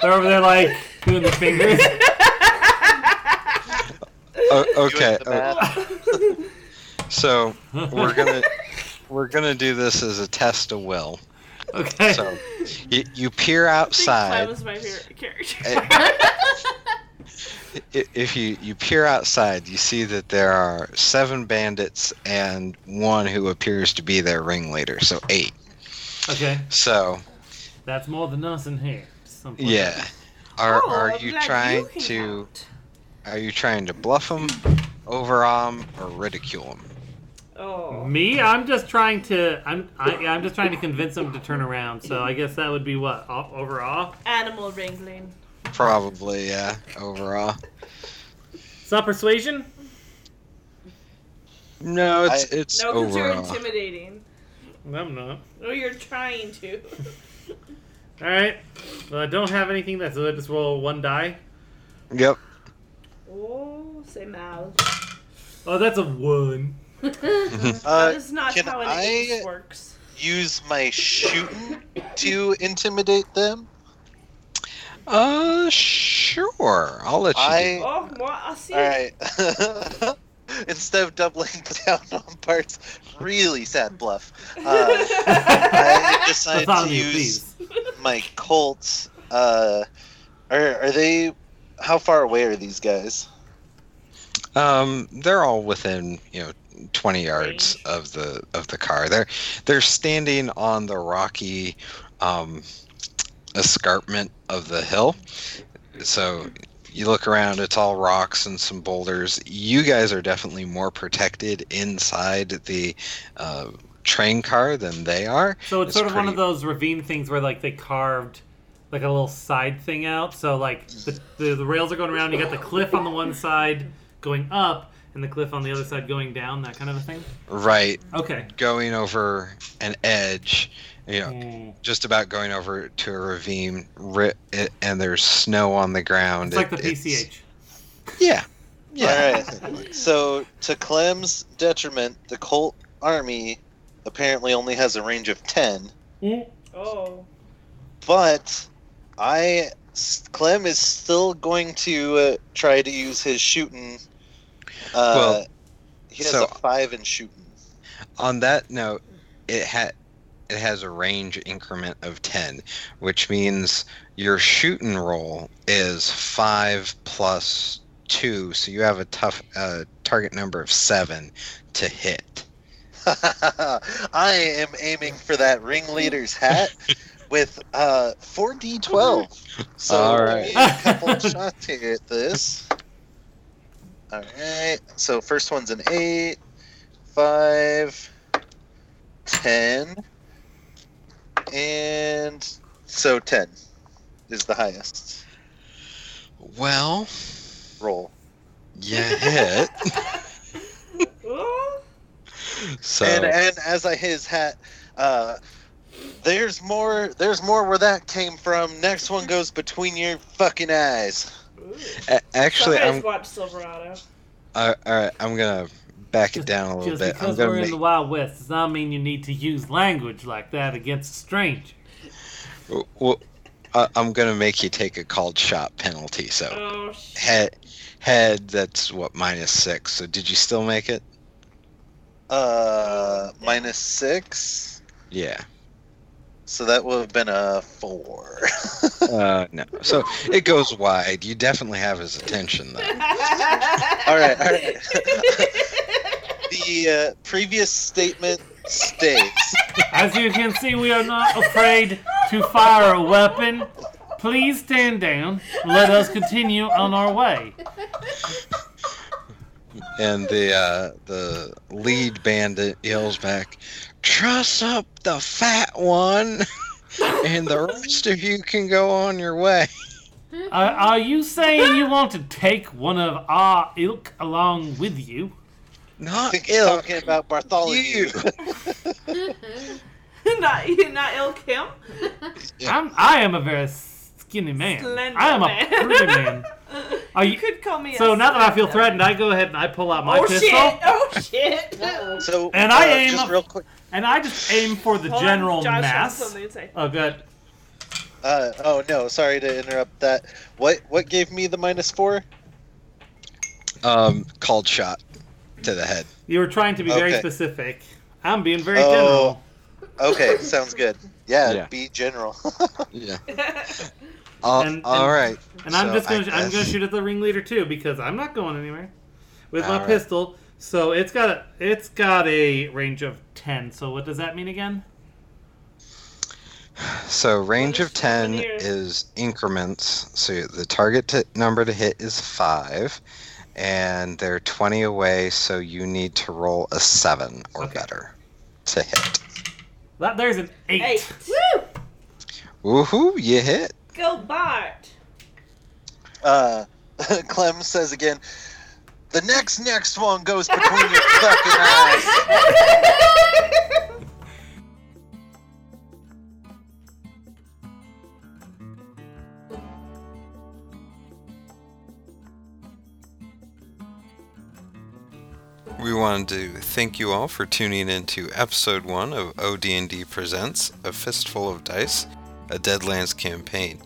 [SPEAKER 4] They're over there like doing the fingers.
[SPEAKER 2] O- Oh, okay. uh,
[SPEAKER 3] the math.
[SPEAKER 2] o- so we're gonna we're gonna do this as a test of will.
[SPEAKER 4] Okay.
[SPEAKER 2] So you, you peer
[SPEAKER 5] I
[SPEAKER 2] outside.
[SPEAKER 5] was my favorite character.
[SPEAKER 2] Eh, I- If you you peer outside, you see that there are seven bandits and one who appears to be their ringleader. So eight.
[SPEAKER 4] Okay.
[SPEAKER 2] So
[SPEAKER 4] That's more than us in here. Something.
[SPEAKER 2] yeah. Are
[SPEAKER 5] Oh,
[SPEAKER 2] are
[SPEAKER 5] I'm
[SPEAKER 2] you
[SPEAKER 5] glad
[SPEAKER 2] trying
[SPEAKER 5] can
[SPEAKER 2] to?
[SPEAKER 5] count.
[SPEAKER 2] Are you trying to bluff them, overawe 'em, or ridicule them?
[SPEAKER 5] Oh.
[SPEAKER 4] Me? I'm just trying to. I'm. I, yeah, I'm just trying to convince them to turn around. So I guess that would be what o- overall.
[SPEAKER 5] Animal wrangling.
[SPEAKER 2] Probably, yeah. Overall,
[SPEAKER 4] It's not persuasion.
[SPEAKER 2] no, it's
[SPEAKER 3] I-
[SPEAKER 2] it's
[SPEAKER 5] No, because you're
[SPEAKER 2] overall.
[SPEAKER 5] intimidating.
[SPEAKER 4] I'm not.
[SPEAKER 5] No, you're trying to.
[SPEAKER 4] All right. Well, I don't have anything. That's so I just roll one die.
[SPEAKER 2] Yep.
[SPEAKER 5] Oh, say mal.
[SPEAKER 4] Oh, that's a one.
[SPEAKER 3] Uh,
[SPEAKER 5] that is not
[SPEAKER 3] can
[SPEAKER 5] how an
[SPEAKER 3] I-
[SPEAKER 5] ace works.
[SPEAKER 3] use my shooting to intimidate them.
[SPEAKER 2] Uh, sure. I'll let you.
[SPEAKER 3] I-
[SPEAKER 2] do-
[SPEAKER 5] Oh, moi aussi.
[SPEAKER 3] All right. Instead of doubling down on parts, really sad bluff. Uh, I decided to
[SPEAKER 4] Bartholomew,
[SPEAKER 3] use
[SPEAKER 4] please.
[SPEAKER 3] my Colts. Uh, are, are they? How far away are these guys?
[SPEAKER 2] Um, they're all within you know twenty yards
[SPEAKER 5] Range.
[SPEAKER 2] of the of the car. They're they're standing on the rocky um, escarpment of the hill. So you look around; it's all rocks and some boulders. You guys are definitely more protected inside the uh, train car than they are.
[SPEAKER 4] So it's,
[SPEAKER 2] It's
[SPEAKER 4] sort of one of
[SPEAKER 2] pretty-
[SPEAKER 4] those ravine things where like they carved like a little side thing out. So like the, the, the rails are going around. You got the cliff on the one side going up, and the cliff on the other side going down. That kind of a thing.
[SPEAKER 2] Right,
[SPEAKER 4] Okay.
[SPEAKER 2] going over an edge. You know,
[SPEAKER 4] Mm.
[SPEAKER 2] just about going over to a ravine ri- it, and there's snow on the ground.
[SPEAKER 4] It's like the
[SPEAKER 2] It- it's-
[SPEAKER 4] PCH.
[SPEAKER 2] Yeah. Yeah.
[SPEAKER 3] All right. So to Clem's detriment, the Colt army apparently only has a range of ten.
[SPEAKER 5] Oh.
[SPEAKER 3] but I s- Clem is still going to uh, try to use his shooting. Uh,
[SPEAKER 2] Well,
[SPEAKER 3] he has
[SPEAKER 2] so-
[SPEAKER 3] a five in shooting.
[SPEAKER 2] On that note, it had it has a range increment of 10, which means your shooting roll is 5 plus 2, so you have a tough uh, target number of 7 to hit.
[SPEAKER 3] I am aiming for that ringleader's hat with uh, 4d12. So
[SPEAKER 2] All
[SPEAKER 3] give
[SPEAKER 2] right.
[SPEAKER 3] me a couple shots here at this. All right. So first one's an 8, 5, 10, and so 10 is the highest
[SPEAKER 2] Well,
[SPEAKER 3] roll.
[SPEAKER 2] you hit.
[SPEAKER 5] Oh.
[SPEAKER 2] So
[SPEAKER 3] And and as I hit his hat, uh, there's more. There's more where that came from. Next one goes between your fucking eyes.
[SPEAKER 5] Ooh.
[SPEAKER 2] a- actually
[SPEAKER 5] Somebody's
[SPEAKER 2] I'm
[SPEAKER 5] watched Silverado.
[SPEAKER 2] all right, I'm gonna back it down a little
[SPEAKER 4] Just
[SPEAKER 2] bit. I'm
[SPEAKER 4] because
[SPEAKER 2] gonna
[SPEAKER 4] we're
[SPEAKER 2] make,
[SPEAKER 4] in the Wild West does not mean you need to use language like that against a stranger.
[SPEAKER 2] w- w- I- I'm gonna make you take a called shot penalty. So
[SPEAKER 5] Oh, sh-
[SPEAKER 2] head, head. That's what minus six. So did you still make it?
[SPEAKER 3] Uh, minus six.
[SPEAKER 2] Yeah.
[SPEAKER 3] So that would have been a four.
[SPEAKER 2] Uh, no. So it goes wide. You definitely have his attention though.
[SPEAKER 3] all right, all right. the uh, previous statement states.
[SPEAKER 4] As you can see, we are not afraid to fire a weapon. Please stand down. Let us continue on our way.
[SPEAKER 2] and the uh, the lead bandit yells back, "Truss up the fat one, and the rest of you can go on your way."
[SPEAKER 4] Are, Uh, are you saying you want to take one of our ilk along with you?
[SPEAKER 3] I
[SPEAKER 2] Not
[SPEAKER 3] think he's
[SPEAKER 2] ill,
[SPEAKER 3] talking about Bartholomew.
[SPEAKER 2] you.
[SPEAKER 6] Um,
[SPEAKER 5] not you, not ill Kim.
[SPEAKER 4] I'm, I am a very skinny man.
[SPEAKER 5] Slender
[SPEAKER 4] I am
[SPEAKER 5] man.
[SPEAKER 4] a pretty man. Are
[SPEAKER 5] You
[SPEAKER 4] you?
[SPEAKER 5] could call me.
[SPEAKER 4] So
[SPEAKER 5] a
[SPEAKER 4] now that I feel
[SPEAKER 5] slender.
[SPEAKER 4] threatened, I go ahead and I pull out my
[SPEAKER 5] oh
[SPEAKER 4] pistol
[SPEAKER 5] shit! Oh shit!
[SPEAKER 6] Uh-oh.
[SPEAKER 3] So,
[SPEAKER 4] And I
[SPEAKER 3] uh,
[SPEAKER 4] aim
[SPEAKER 3] just
[SPEAKER 4] a-
[SPEAKER 3] real quick.
[SPEAKER 4] and I just aim for the
[SPEAKER 5] Hold on,
[SPEAKER 4] general
[SPEAKER 5] Josh has
[SPEAKER 4] mass.
[SPEAKER 5] something to say.
[SPEAKER 4] Oh, good.
[SPEAKER 3] Uh, oh no, sorry to interrupt that. What what gave me the minus four?
[SPEAKER 2] Um, called shot to the head.
[SPEAKER 4] You were trying to be very
[SPEAKER 3] Okay.
[SPEAKER 4] specific. I'm being very
[SPEAKER 3] Oh.
[SPEAKER 4] general.
[SPEAKER 3] Okay, sounds good. Yeah,
[SPEAKER 2] Yeah.
[SPEAKER 3] be general.
[SPEAKER 2] Yeah. Uh,
[SPEAKER 4] And-
[SPEAKER 2] all
[SPEAKER 4] and-
[SPEAKER 2] right.
[SPEAKER 4] And I'm
[SPEAKER 2] So
[SPEAKER 4] just gonna
[SPEAKER 2] I
[SPEAKER 4] I'm gonna
[SPEAKER 2] guess-
[SPEAKER 4] shoot at the ringleader too because I'm not going anywhere with my
[SPEAKER 2] Alright.
[SPEAKER 4] pistol. So it's got a it's got a range of ten. So what does that mean again?
[SPEAKER 2] So range
[SPEAKER 5] What
[SPEAKER 2] of
[SPEAKER 5] is
[SPEAKER 2] ten
[SPEAKER 5] souvenir?
[SPEAKER 2] is increments. So the target to, number to hit is five, and they're twenty away. So you need to roll a seven or
[SPEAKER 4] Okay.
[SPEAKER 2] better to hit.
[SPEAKER 4] That there's an eight.
[SPEAKER 5] Eight.
[SPEAKER 6] Woo!
[SPEAKER 2] Woohoo! You hit.
[SPEAKER 5] Go Bart.
[SPEAKER 3] Uh, Clem says again, the next next one goes between your fucking eyes.
[SPEAKER 2] We wanted to thank you all for tuning in to episode one of OD&D Presents: A Fistful of Dice, a Deadlands campaign.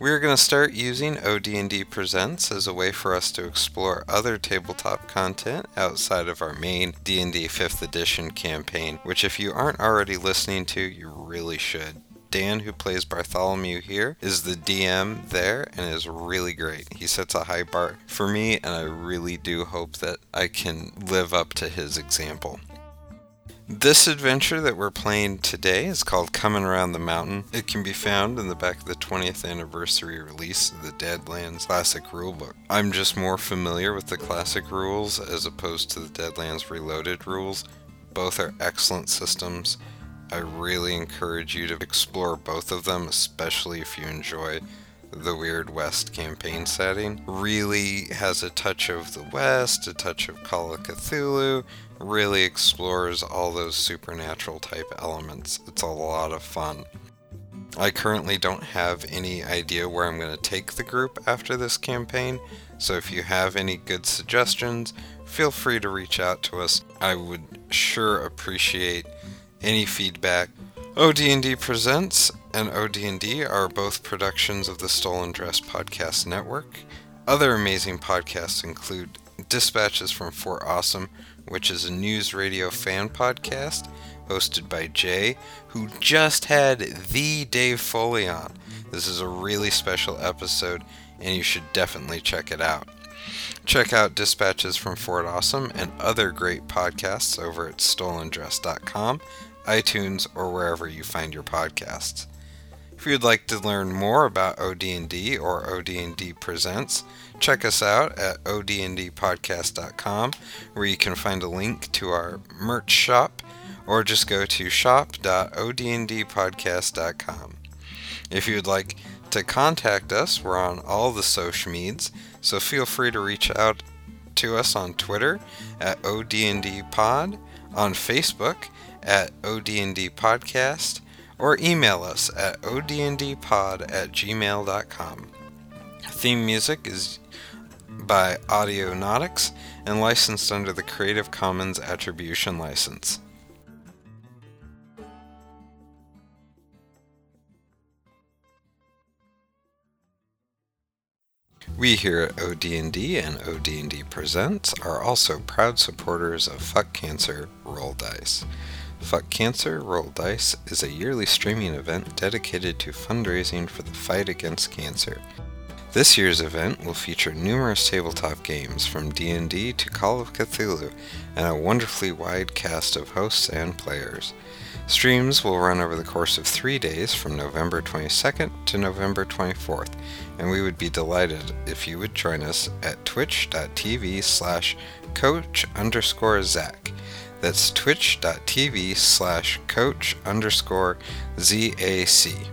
[SPEAKER 2] We are going to start using OD&D Presents as a way for us to explore other tabletop content outside of our main D&D 5th edition campaign, which if you aren't already listening to, you really should. Dan, who plays Bartholomew here, is the DM there and is really great. He sets a high bar for me, and I really do hope that I can live up to his example. This adventure that we're playing today is called Coming Around the Mountain. It can be found in the back of the 20th anniversary release of the Deadlands Classic Rulebook. I'm just more familiar with the classic rules as opposed to the Deadlands Reloaded rules. Both are excellent systems. I really encourage you to explore both of them, especially if you enjoy the Weird West campaign setting. Really has a touch of the West, a touch of Call of Cthulhu, really explores all those supernatural type elements. It's a lot of fun. I currently don't have any idea where I'm going to take the group after this campaign, so if you have any good suggestions, feel free to reach out to us. I would sure appreciate any feedback. OD&D Presents and OD&D are both productions of the Stolen Dress Podcast Network. Other amazing podcasts include Dispatches from Fort Awesome, which is a news radio fan podcast hosted by Jay, who just had the Dave Foley on. This is a really special episode, and you should definitely check it out. Check out Dispatches from Fort Awesome and other great podcasts over at stolendress.com, iTunes, or wherever you find your podcasts. If you'd like to learn more about OD&D or OD&D Presents, check us out at odndpodcast.com where you can find a link to our merch shop or just go to shop.odndpodcast.com. If you'd like to contact us, we're on all the social medias, so feel free to reach out to us on Twitter at ODNDPod, on Facebook at ODND Podcast, or email us at odndpod at gmail.com. Theme music is by Audionautics and licensed under the Creative Commons Attribution License. We here at OD&D and OD&D Presents are also proud supporters of Fuck Cancer Roll Dice. Fuck Cancer Roll Dice is a yearly streaming event dedicated to fundraising for the fight against cancer. This year's event will feature numerous tabletop games from D&D to Call of Cthulhu and a wonderfully wide cast of hosts and players. Streams will run over the course of 3 days from November 22nd to November 24th, and we would be delighted if you would join us at twitch.tv slash coach underscore Zach. That's twitch.tv slash coach underscore ZAC.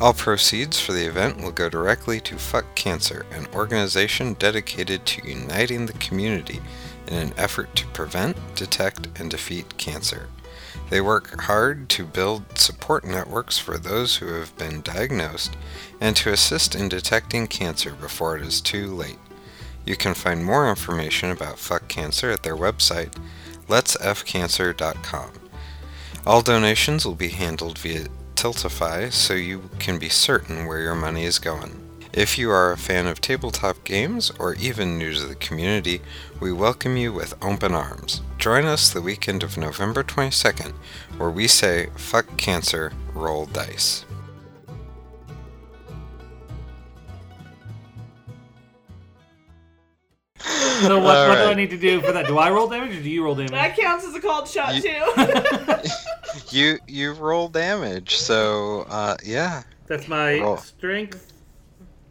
[SPEAKER 2] All proceeds for the event will go directly to Fuck Cancer, an organization dedicated to uniting the community in an effort to prevent, detect, and defeat cancer. They work hard to build support networks for those who have been diagnosed and to assist in detecting cancer before it is too late. You can find more information about Fuck Cancer at their website, letsfcancer.com. All donations will be handled via Tiltify so you can be certain where your money is going. If you are a fan of tabletop games or even new to the community, we welcome you with open arms. Join us the weekend of November 22nd, where we say, Fuck Cancer, Roll Dice.
[SPEAKER 4] So what,
[SPEAKER 2] All
[SPEAKER 4] what do I
[SPEAKER 2] right.
[SPEAKER 4] need to do for that? Do I roll damage or do you roll damage?
[SPEAKER 5] That counts as a cold shot
[SPEAKER 2] You-
[SPEAKER 5] too.
[SPEAKER 2] You you roll damage, so uh, yeah.
[SPEAKER 4] That's my
[SPEAKER 2] Roll.
[SPEAKER 4] strength.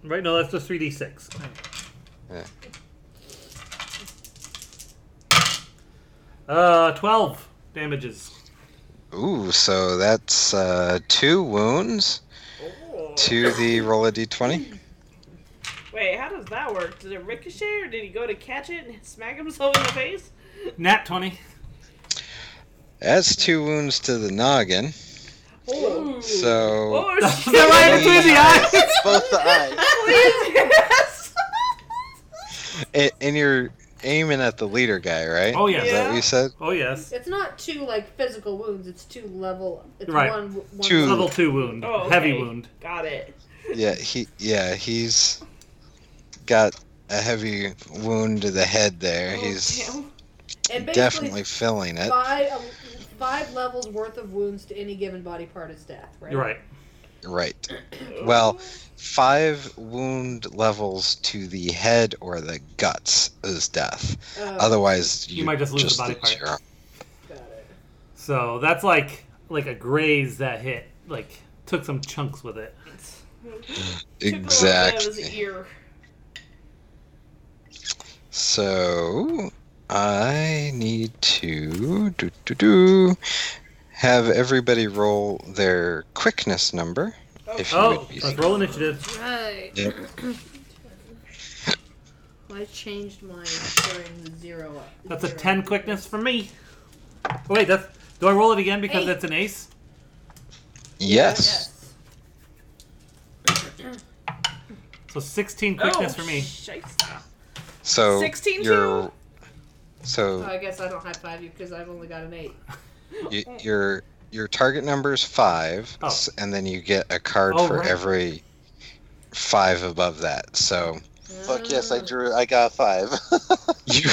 [SPEAKER 4] Right? No, that's just three d six.
[SPEAKER 2] Yeah.
[SPEAKER 4] Uh, twelve damages.
[SPEAKER 2] Ooh, so that's uh, two wounds to the roll a d20.
[SPEAKER 5] Wait, how does that work? Did it ricochet or did he go to catch it and smack himself in the face?
[SPEAKER 4] Nat twenty.
[SPEAKER 2] That's two wounds to the noggin.
[SPEAKER 5] Ooh.
[SPEAKER 2] So
[SPEAKER 5] Oh, shit.
[SPEAKER 4] They're right between the eyes.
[SPEAKER 3] Both the eyes.
[SPEAKER 5] Please, yes.
[SPEAKER 2] a- and you're aiming at the leader guy, right?
[SPEAKER 4] Oh
[SPEAKER 2] Is that
[SPEAKER 4] yes.
[SPEAKER 2] what you said?
[SPEAKER 4] Oh yes.
[SPEAKER 6] It's not two like physical wounds. It's two level. It's
[SPEAKER 4] Right.
[SPEAKER 6] one, one
[SPEAKER 2] Two.
[SPEAKER 4] Level two wound.
[SPEAKER 5] Oh, okay.
[SPEAKER 4] Heavy wound.
[SPEAKER 5] Got it.
[SPEAKER 2] Yeah, he yeah, he's got a heavy wound to the head there.
[SPEAKER 5] Oh,
[SPEAKER 2] he's
[SPEAKER 5] damn.
[SPEAKER 6] And basically
[SPEAKER 2] definitely filling it.
[SPEAKER 6] five um, five levels worth of wounds to any given body part is death. Right.
[SPEAKER 4] You're right.
[SPEAKER 2] Right. Well, five wound levels to the head or the guts is death.
[SPEAKER 6] Oh,
[SPEAKER 2] Otherwise,
[SPEAKER 4] You might just lose the body
[SPEAKER 2] lose
[SPEAKER 4] part.
[SPEAKER 2] your arm.
[SPEAKER 6] got it.
[SPEAKER 4] So that's like like a graze that hit. Like took some chunks with it.
[SPEAKER 5] Took a little bit out of his
[SPEAKER 2] Exactly.
[SPEAKER 5] ear.
[SPEAKER 2] So I need to do do do have everybody roll their quickness number. If you
[SPEAKER 4] Oh,
[SPEAKER 2] would be
[SPEAKER 4] let's roll initiative.
[SPEAKER 6] Right.
[SPEAKER 2] Yep.
[SPEAKER 6] I changed mine during the zero. up-
[SPEAKER 4] That's a
[SPEAKER 6] zero.
[SPEAKER 4] ten quickness for me. Oh, wait, that's. Do I roll it again because
[SPEAKER 6] Hey.
[SPEAKER 4] it's an ace?
[SPEAKER 2] Yes.
[SPEAKER 4] So sixteen
[SPEAKER 5] Oh,
[SPEAKER 4] quickness for me.
[SPEAKER 5] shikes.
[SPEAKER 2] So
[SPEAKER 5] 16
[SPEAKER 2] your
[SPEAKER 5] total?
[SPEAKER 6] So
[SPEAKER 5] Oh,
[SPEAKER 2] so
[SPEAKER 6] Oh, I guess I don't high five you because I've only got an eight.
[SPEAKER 2] y- your your target number is five,
[SPEAKER 4] Mm. Oh.
[SPEAKER 2] s- and then you get a card
[SPEAKER 4] Oh,
[SPEAKER 2] for
[SPEAKER 4] right.
[SPEAKER 2] every five above that. So
[SPEAKER 3] Fuck yes, I drew. I got five.
[SPEAKER 2] you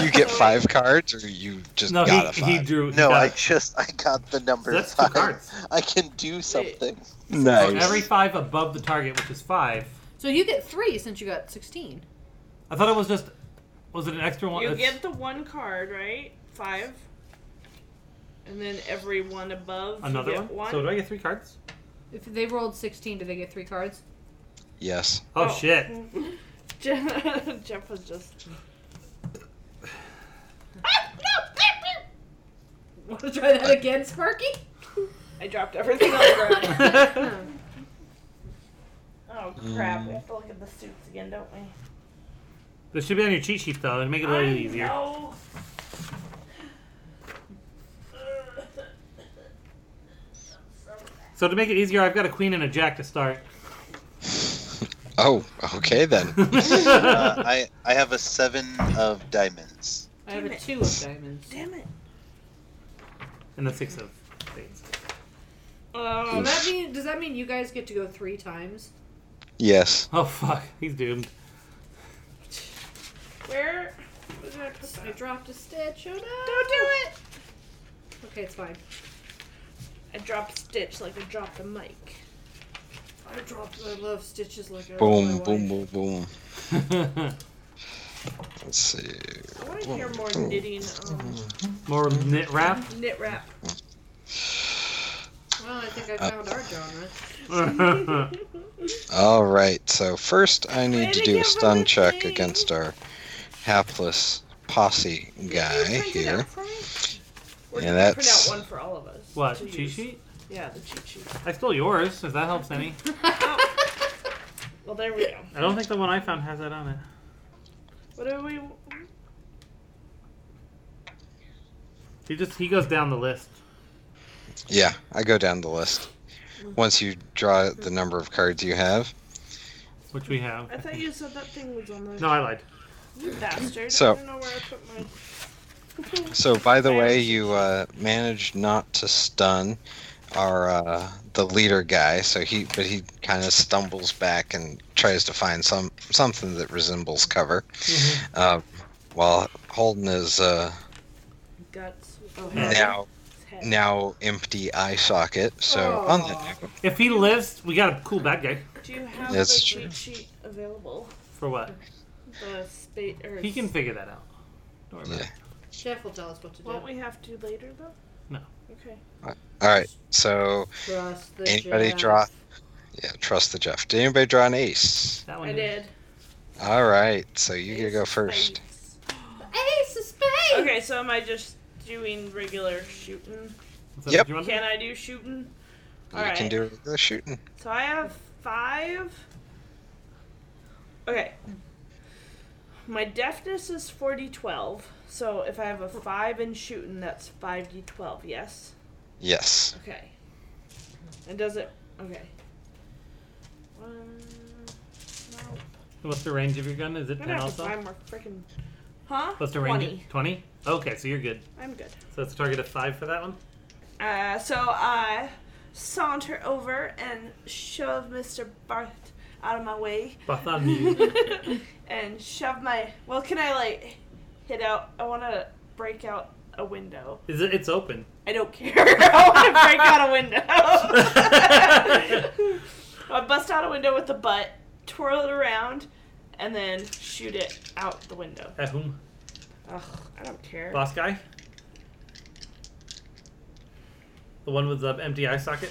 [SPEAKER 2] you get five cards, or you
[SPEAKER 5] Oh,
[SPEAKER 2] just
[SPEAKER 4] No,
[SPEAKER 2] got
[SPEAKER 4] he,
[SPEAKER 2] a
[SPEAKER 4] he
[SPEAKER 2] five.
[SPEAKER 4] drew. he
[SPEAKER 3] no,
[SPEAKER 4] got
[SPEAKER 3] I
[SPEAKER 4] it.
[SPEAKER 3] just I got the number
[SPEAKER 4] That's two
[SPEAKER 3] five.
[SPEAKER 4] cards.
[SPEAKER 3] I can do something.
[SPEAKER 4] So
[SPEAKER 2] nice.
[SPEAKER 4] every five above the target, which is five.
[SPEAKER 6] So you get three since you got sixteen.
[SPEAKER 4] I thought it was just. Was it an extra one?
[SPEAKER 5] You
[SPEAKER 4] It's-
[SPEAKER 5] get the one card, right? Five. And then every one above. you
[SPEAKER 4] another
[SPEAKER 5] get
[SPEAKER 4] one? So do I get three cards?
[SPEAKER 6] If they rolled sixteen, do they get three cards?
[SPEAKER 2] Yes.
[SPEAKER 4] Oh,
[SPEAKER 5] Oh.
[SPEAKER 4] shit!
[SPEAKER 5] Jeff, Jeff was just.
[SPEAKER 6] Want to try that again, Sparky?
[SPEAKER 5] I dropped everything on the ground. Oh crap! We have to look at the suits again, don't we?
[SPEAKER 4] this should be on your cheat sheet though, to make it a little
[SPEAKER 5] I
[SPEAKER 4] easier.
[SPEAKER 5] know.
[SPEAKER 4] So to make it easier, I've got a queen and a jack to start.
[SPEAKER 2] Oh, okay then.
[SPEAKER 3] Uh, I I have a seven of diamonds.
[SPEAKER 6] I have a
[SPEAKER 5] Damn it.
[SPEAKER 6] two of diamonds.
[SPEAKER 5] Damn it.
[SPEAKER 4] and a six of spades.
[SPEAKER 6] Does
[SPEAKER 5] Um,
[SPEAKER 6] that mean? Does that mean you guys get to go three times?
[SPEAKER 2] Yes.
[SPEAKER 4] Oh fuck, he's doomed.
[SPEAKER 5] where was I put
[SPEAKER 6] I
[SPEAKER 5] that?
[SPEAKER 6] dropped a stitch. Oh no!
[SPEAKER 5] Don't do it!
[SPEAKER 6] Okay, it's fine.
[SPEAKER 5] I dropped Stitch like I dropped the mic.
[SPEAKER 6] I dropped. I love stitches like I
[SPEAKER 2] Boom,
[SPEAKER 6] love my
[SPEAKER 2] boom,
[SPEAKER 6] wife.
[SPEAKER 2] boom, boom. Let's see.
[SPEAKER 5] I want to hear more knitting, um,
[SPEAKER 4] More knit wrap.
[SPEAKER 5] knit wrap.
[SPEAKER 6] Well, I think I found our genre.
[SPEAKER 2] All right. So first, I
[SPEAKER 5] Way
[SPEAKER 2] need to
[SPEAKER 5] to
[SPEAKER 2] do
[SPEAKER 5] go
[SPEAKER 2] a
[SPEAKER 5] for the
[SPEAKER 2] stun check
[SPEAKER 5] thing.
[SPEAKER 2] against our hapless posse guy here.
[SPEAKER 5] We're
[SPEAKER 2] Yeah,
[SPEAKER 5] gonna
[SPEAKER 2] that's-
[SPEAKER 5] print out one for all of us.
[SPEAKER 4] What
[SPEAKER 5] to
[SPEAKER 4] cheat
[SPEAKER 5] use.
[SPEAKER 4] sheet?
[SPEAKER 5] Yeah, the cheat sheet.
[SPEAKER 4] I stole yours. If that helps any.
[SPEAKER 5] Well, there we go.
[SPEAKER 4] I don't think the one I found has that on it.
[SPEAKER 5] What do we?
[SPEAKER 4] He just he goes down the list.
[SPEAKER 2] Yeah, I go down the list. Once you draw the number of cards you have.
[SPEAKER 4] Which we have.
[SPEAKER 5] I thought you said that thing was on the
[SPEAKER 4] No, I lied.
[SPEAKER 5] you bastard.
[SPEAKER 2] So-
[SPEAKER 5] I don't know where I put my.
[SPEAKER 2] So by the way, you uh, managed not to stun our uh, the leader guy. So he, but he kind of stumbles back and tries to find some something that resembles cover, uh, while holding his uh,
[SPEAKER 5] Guts. Oh,
[SPEAKER 4] Yeah.
[SPEAKER 2] now
[SPEAKER 5] His head.
[SPEAKER 2] now empty eye socket. So on
[SPEAKER 6] Aw.
[SPEAKER 2] that note,
[SPEAKER 4] If he lives, we got a cool bad guy.
[SPEAKER 5] Do you have
[SPEAKER 2] That's
[SPEAKER 5] the
[SPEAKER 2] true.
[SPEAKER 5] cheat sheet available?
[SPEAKER 4] For what?
[SPEAKER 5] The spate or
[SPEAKER 4] He can figure that out. Don't worry about
[SPEAKER 2] Yeah.
[SPEAKER 4] it.
[SPEAKER 6] Jeff will tell us what to do.
[SPEAKER 5] Won't we have to later though?
[SPEAKER 4] No.
[SPEAKER 5] Okay.
[SPEAKER 2] all right. So
[SPEAKER 6] Trust the
[SPEAKER 2] anybody
[SPEAKER 6] Jeff.
[SPEAKER 2] draw? Yeah, trust the Jeff. Did anybody draw an ace?
[SPEAKER 6] Oh,
[SPEAKER 4] That one.
[SPEAKER 5] I did.
[SPEAKER 2] All right. So you get to go
[SPEAKER 5] Ace of
[SPEAKER 2] first.
[SPEAKER 5] spades.
[SPEAKER 6] Ace of spades.
[SPEAKER 5] Okay, so am I just doing regular shooting?
[SPEAKER 6] Mm-hmm.
[SPEAKER 4] Is that
[SPEAKER 2] Yep.
[SPEAKER 4] what you want?
[SPEAKER 5] Can I do shooting?
[SPEAKER 2] You
[SPEAKER 5] All
[SPEAKER 2] can
[SPEAKER 5] right.
[SPEAKER 2] do the shooting.
[SPEAKER 5] So I have five. Okay. My deafness is 4d12. So if I have a 5 in shooting, that's 5d12, yes?
[SPEAKER 2] Yes.
[SPEAKER 5] Okay. And does it. Okay. One. No.
[SPEAKER 4] What's the range of your gun? Is it
[SPEAKER 5] I'm
[SPEAKER 4] 10
[SPEAKER 5] gonna have to
[SPEAKER 4] also?
[SPEAKER 5] find more freaking. Huh?
[SPEAKER 4] What's the range?
[SPEAKER 5] 20.
[SPEAKER 4] 20? Okay, so you're good.
[SPEAKER 5] I'm good.
[SPEAKER 4] So it's a target of 5 for that one?
[SPEAKER 5] Uh, so I saunter over and shove Mr. Bart out of my way.
[SPEAKER 4] Bartholomew.
[SPEAKER 5] and shove my. Well, can I like hit out? I want to break out a window.
[SPEAKER 4] Is it, it's open.
[SPEAKER 5] I don't care. I want to break out a window. I bust out a window with the butt, twirl it around, and then shoot it out the window.
[SPEAKER 4] At whom?
[SPEAKER 5] Ugh, I don't care.
[SPEAKER 4] Boss guy? The one with the empty eye socket?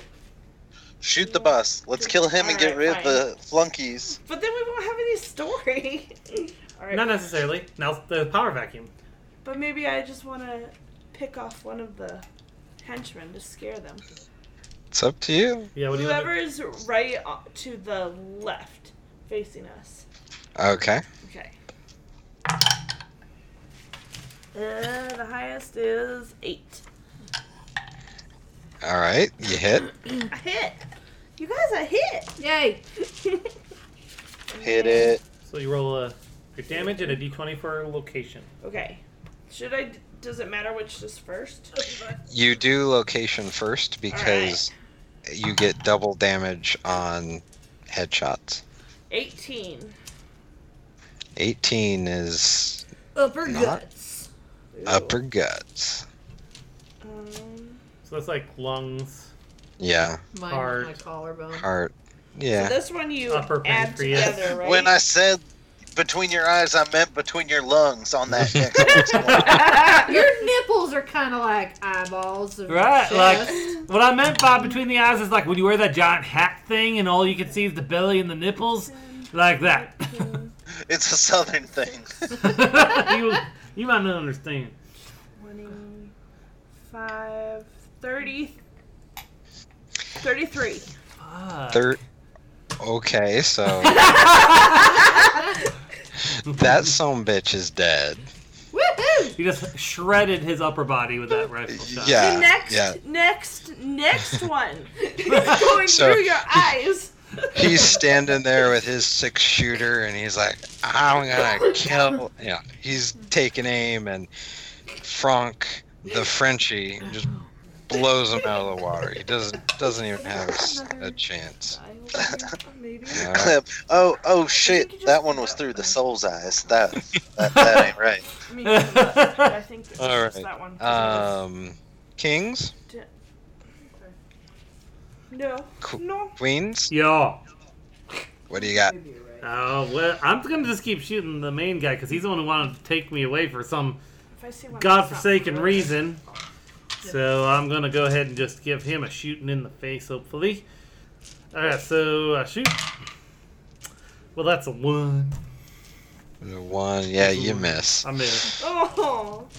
[SPEAKER 3] Shoot the boss. Let's kill him and get rid of the flunkies.
[SPEAKER 5] But then we won't have any story. All right.
[SPEAKER 4] Not necessarily. Now the power vacuum.
[SPEAKER 5] But maybe I just want to pick off one of the henchmen to scare them.
[SPEAKER 2] It's up to you.
[SPEAKER 4] Yeah, what do you want?
[SPEAKER 5] Whoever is right o- to the left facing us.
[SPEAKER 2] Okay.
[SPEAKER 5] Okay. Uh, the highest is eight.
[SPEAKER 2] All right. You hit.
[SPEAKER 5] I hit. You guys, I hit.
[SPEAKER 6] Yay!
[SPEAKER 3] Hit it.
[SPEAKER 4] So you roll a your damage and a d20 for location.
[SPEAKER 5] Okay. Should I? Does it matter which is first?
[SPEAKER 2] You do location first because you get double damage on headshots.
[SPEAKER 5] Eighteen.
[SPEAKER 2] 18 is
[SPEAKER 6] Upper
[SPEAKER 2] Not-
[SPEAKER 6] guts.
[SPEAKER 5] Ooh.
[SPEAKER 2] upper guts.
[SPEAKER 5] Um,
[SPEAKER 4] So that's like lungs.
[SPEAKER 2] Yeah,
[SPEAKER 6] Mine
[SPEAKER 4] Hard.
[SPEAKER 6] was my collarbone.
[SPEAKER 2] heart.
[SPEAKER 5] so
[SPEAKER 2] Yeah.
[SPEAKER 5] this one you
[SPEAKER 4] Upper
[SPEAKER 5] add
[SPEAKER 4] pancreas.
[SPEAKER 5] together, right?
[SPEAKER 3] When I said between your eyes, I meant between your lungs on that next one.
[SPEAKER 6] Your nipples are kind of like eyeballs. Of
[SPEAKER 4] Right,
[SPEAKER 6] chest.
[SPEAKER 4] like what I meant by between the eyes is like when you wear that giant hat thing and all you can see is the belly and the nipples, like that.
[SPEAKER 3] It's a southern thing.
[SPEAKER 4] you, you might not understand.
[SPEAKER 5] 25, 30, 33.
[SPEAKER 4] Fuck.
[SPEAKER 2] Thir- okay, so. that some bitch is dead.
[SPEAKER 6] Woohoo!
[SPEAKER 4] You just shredded his upper body with that rifle shot.
[SPEAKER 2] Yeah.
[SPEAKER 5] next,
[SPEAKER 2] yeah.
[SPEAKER 5] next, next one. It's going
[SPEAKER 2] So-
[SPEAKER 5] through your eyes.
[SPEAKER 2] he's standing there with his six shooter and he's like, I'm gonna kill. You know, he's taking aim and Franck, the Frenchie, just blows him out of the water. He doesn't doesn't even have s- a chance.
[SPEAKER 5] I will- maybe.
[SPEAKER 2] Uh,
[SPEAKER 3] Clem. Oh, oh
[SPEAKER 5] you
[SPEAKER 3] shit!
[SPEAKER 5] just
[SPEAKER 3] That one was
[SPEAKER 5] forgot
[SPEAKER 3] through the
[SPEAKER 5] that.
[SPEAKER 3] soul's eyes. That, that, that ain't right.
[SPEAKER 5] I mean, I think it's
[SPEAKER 2] All
[SPEAKER 5] just
[SPEAKER 2] right.
[SPEAKER 5] that one. 'cause
[SPEAKER 2] um, kings,
[SPEAKER 5] it was- no.
[SPEAKER 2] Cool.
[SPEAKER 5] No.
[SPEAKER 2] queens.
[SPEAKER 4] Y'all.
[SPEAKER 2] What do you got?
[SPEAKER 6] Maybe you're right.
[SPEAKER 4] Uh, well, I'm gonna just keep shooting the main guy because he's the one who wanted to take me away for some
[SPEAKER 5] If I see one,
[SPEAKER 4] godforsaken
[SPEAKER 5] stop.
[SPEAKER 4] reason. So I'm gonna go ahead and just give him a shooting in the face, hopefully. All right, so I shoot. Well, that's a one.
[SPEAKER 2] The one. Yeah, you miss.
[SPEAKER 4] I missed.
[SPEAKER 5] Oh.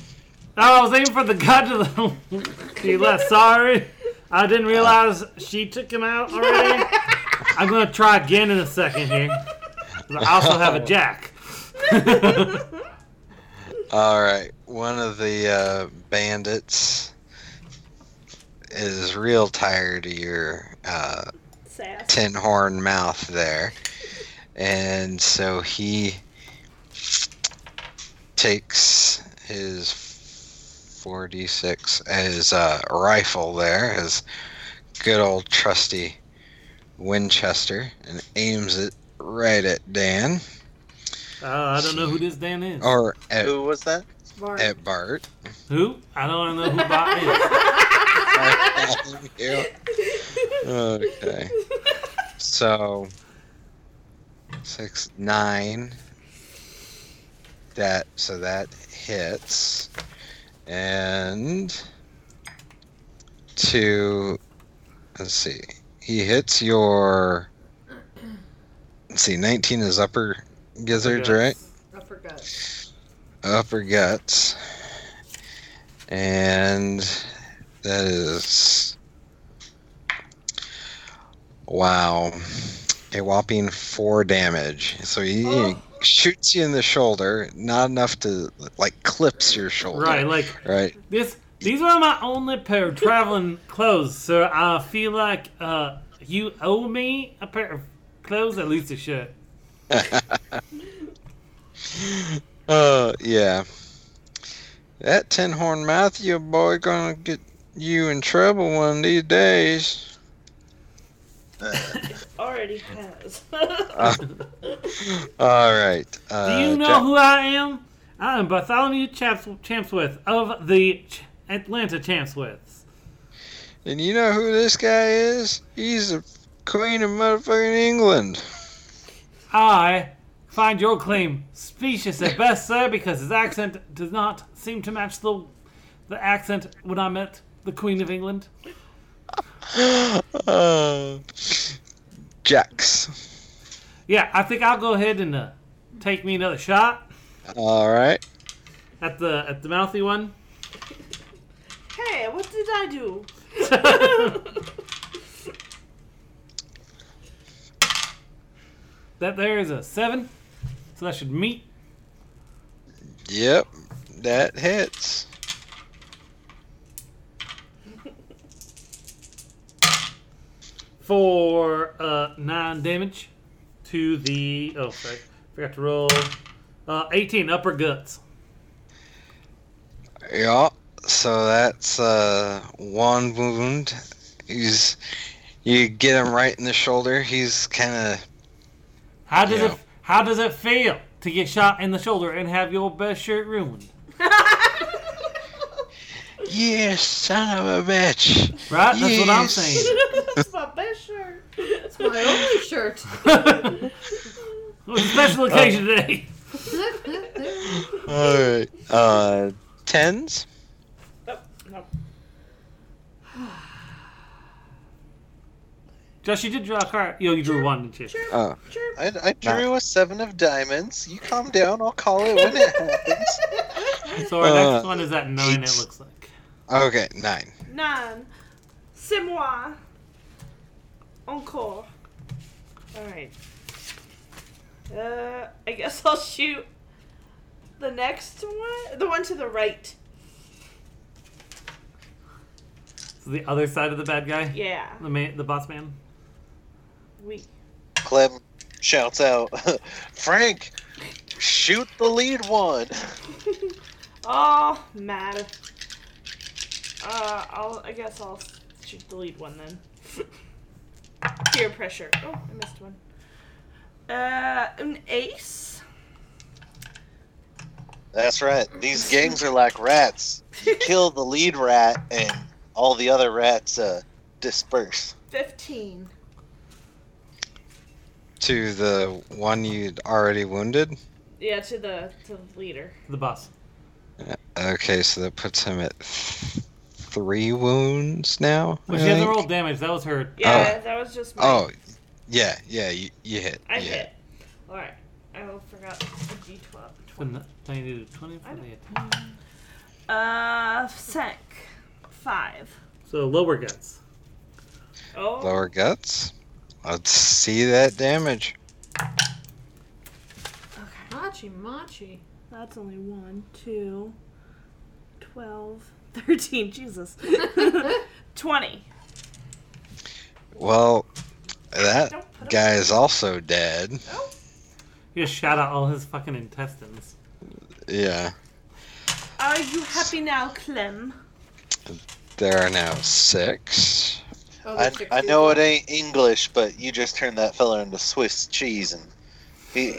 [SPEAKER 4] Oh, I was aiming for the guy to the, to the left. Sorry, I didn't realize she took him out already. I'm gonna try again in a second here. I also have a jack.
[SPEAKER 2] All right, one of the uh, bandits is real tired of your uh,
[SPEAKER 5] Sass.
[SPEAKER 2] tin horn mouth there, and so he takes his 46 his uh, rifle there, his good old trusty Winchester, and aims it right at Dan
[SPEAKER 4] Uh, I don't know who this Dan is.
[SPEAKER 2] or at,
[SPEAKER 3] Who was that?
[SPEAKER 6] Mark.
[SPEAKER 2] at Bart.
[SPEAKER 4] Who? I don't know who Bob
[SPEAKER 2] Yeah.
[SPEAKER 4] is.
[SPEAKER 2] Okay. So six nine. That so that hits, and to let's see, he hits your. Let's see, nineteen is upper gizzards, right?
[SPEAKER 6] I forgot.
[SPEAKER 2] upper guts, and that is wow, a whopping four damage. So he
[SPEAKER 5] Oh.
[SPEAKER 2] shoots you in the shoulder, not enough to like clips your shoulder.
[SPEAKER 4] Right, like
[SPEAKER 2] Right.
[SPEAKER 4] this. These are my only pair of traveling clothes, so I feel like uh, you owe me a pair of clothes, at least a shirt.
[SPEAKER 2] Uh, yeah. That tin horn mouth, your boy, gonna get you in trouble one of these days.
[SPEAKER 5] Already has.
[SPEAKER 2] Uh. All right.
[SPEAKER 4] Do
[SPEAKER 2] Uh,
[SPEAKER 4] you know
[SPEAKER 2] Jack-
[SPEAKER 4] who I am? I am Bartholomew Chaps- Champsworth of the Ch- Atlanta Champsworths.
[SPEAKER 2] And you know who this guy is? He's the queen of motherfucking England.
[SPEAKER 4] I find your claim specious at best, sir, because his accent does not seem to match the the accent when I met the Queen of England.
[SPEAKER 2] Uh, Jax.
[SPEAKER 4] Yeah, I think I'll go ahead and uh, take me another shot
[SPEAKER 2] All right.
[SPEAKER 4] at the at the mouthy one.
[SPEAKER 5] hey, what did I do?
[SPEAKER 4] That there is a seven, so that should meet.
[SPEAKER 2] Yep. That hits.
[SPEAKER 4] for uh, nine damage to the. Oh, sorry, forgot to roll. Uh, 18 upper guts.
[SPEAKER 2] Yup. So that's uh, one wound. He's. You get him right in the shoulder. He's kind of.
[SPEAKER 4] How does
[SPEAKER 2] Yeah.
[SPEAKER 4] it How does it feel to get shot in the shoulder and have your best shirt ruined?
[SPEAKER 2] Yeah, son of a bitch.
[SPEAKER 4] Right, that's what I'm
[SPEAKER 2] Yes.
[SPEAKER 4] saying.
[SPEAKER 5] That's my best shirt. That's my
[SPEAKER 6] My only shirt.
[SPEAKER 4] it was a
[SPEAKER 2] Uh,
[SPEAKER 4] special occasion today.
[SPEAKER 2] All right. Uh, tens.
[SPEAKER 5] No.
[SPEAKER 4] Josh, you did draw a card. Yo, you drew one, didn't you?
[SPEAKER 2] Oh.
[SPEAKER 3] I, I drew a seven of diamonds. You calm down. I'll call it when it happens.
[SPEAKER 4] So our next
[SPEAKER 2] Uh,
[SPEAKER 4] one is at nine. It
[SPEAKER 2] eight.
[SPEAKER 4] looks like.
[SPEAKER 2] Okay. Nine.
[SPEAKER 5] Nine. C'est moi. Encore. Alright. Uh, I guess I'll shoot the next one. The one to the right.
[SPEAKER 4] So the other side of the bad guy,
[SPEAKER 5] Yeah.
[SPEAKER 4] the man, the boss man.
[SPEAKER 5] We.
[SPEAKER 3] Clem shouts out, Frank, shoot the lead one.
[SPEAKER 5] Oh, mad. Uh, I'll. I guess I'll shoot the lead one then. Peer pressure. Oh, I missed one. Uh, an ace.
[SPEAKER 3] That's right. These gangs are like rats. You kill the lead rat, and all the other rats uh, disperse.
[SPEAKER 5] Fifteen.
[SPEAKER 2] To the one you'd already wounded?
[SPEAKER 5] Yeah, to the to the leader.
[SPEAKER 4] The boss.
[SPEAKER 2] Okay, so that puts him at three wounds now. I
[SPEAKER 4] Well, she hasn't
[SPEAKER 2] think?
[SPEAKER 4] rolled damage. That was her.
[SPEAKER 5] Yeah, that was just. My,
[SPEAKER 2] Oh, yeah, yeah, you, you hit.
[SPEAKER 5] I
[SPEAKER 2] yeah.
[SPEAKER 5] hit. All right. I forgot the D twelve.
[SPEAKER 4] When I needed 20 for
[SPEAKER 5] I
[SPEAKER 4] the
[SPEAKER 5] don't-
[SPEAKER 4] attack.
[SPEAKER 5] Uh, sank. Five.
[SPEAKER 4] So lower guts.
[SPEAKER 5] Oh.
[SPEAKER 2] Lower guts. Let's see that damage.
[SPEAKER 5] Okay.
[SPEAKER 6] Machi, machi.
[SPEAKER 5] That's only one, two, 12, 13, Jesus. 20.
[SPEAKER 2] Well, that
[SPEAKER 5] Don't put 'em-
[SPEAKER 2] guy is also dead.
[SPEAKER 4] You just shot out all his fucking intestines.
[SPEAKER 2] Yeah,
[SPEAKER 5] Are you happy now, Clem?
[SPEAKER 2] there are now six.
[SPEAKER 6] Oh,
[SPEAKER 3] I,
[SPEAKER 6] that's six
[SPEAKER 3] I know it
[SPEAKER 6] people.
[SPEAKER 3] ain't English, but you just turned that fella into Swiss cheese, and he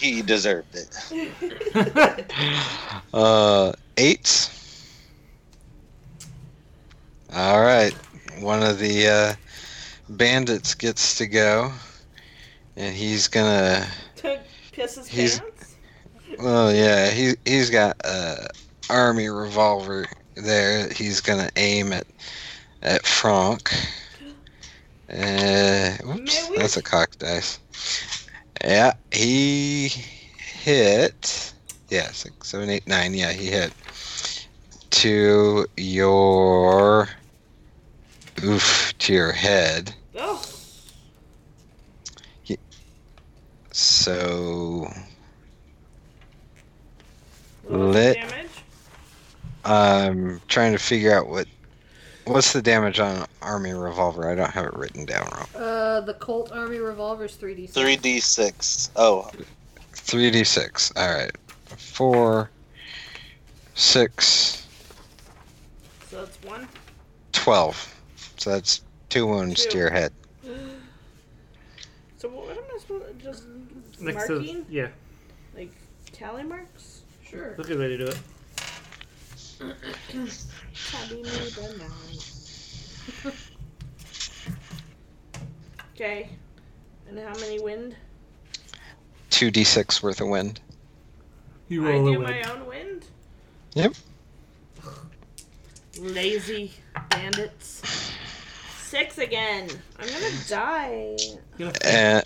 [SPEAKER 3] he deserved it.
[SPEAKER 2] Uh, eight. All right, one of the uh, bandits gets to go, and he's gonna.
[SPEAKER 5] To piss his
[SPEAKER 2] He's-
[SPEAKER 5] pants?
[SPEAKER 2] Well, yeah, he he's got a army revolver there. He's gonna aim at at Franck. Uh, oops,
[SPEAKER 5] May we-
[SPEAKER 2] that's a cock dice. Yeah, he hit. Yeah, six, seven, eight, nine. Yeah, he hit. To your oof to your head.
[SPEAKER 5] Oh,
[SPEAKER 2] So
[SPEAKER 5] what was the
[SPEAKER 2] Lit.
[SPEAKER 5] damage?
[SPEAKER 2] I'm Um, trying to figure out what what's the damage on an army revolver. I don't have it written down wrong.
[SPEAKER 6] Uh, the Colt Army revolver's 3D.
[SPEAKER 3] Three D six. Oh,
[SPEAKER 2] Three d six. All right, four, six,
[SPEAKER 5] So it's one.
[SPEAKER 2] twelve. So that's two wounds to
[SPEAKER 5] Two.
[SPEAKER 2] your head.
[SPEAKER 5] So what, what am I supposed to just.
[SPEAKER 4] Next
[SPEAKER 5] marking?
[SPEAKER 4] to, yeah.
[SPEAKER 5] Like tally marks?
[SPEAKER 6] Sure.
[SPEAKER 4] That's a good way to do it.
[SPEAKER 5] Tally me the nine. okay. And how many wind?
[SPEAKER 2] Two d six worth of wind.
[SPEAKER 4] You
[SPEAKER 5] I
[SPEAKER 4] roll
[SPEAKER 5] do
[SPEAKER 4] away.
[SPEAKER 5] my own wind?
[SPEAKER 2] Yep.
[SPEAKER 5] Lazy bandits. Six again. I'm gonna die.
[SPEAKER 2] And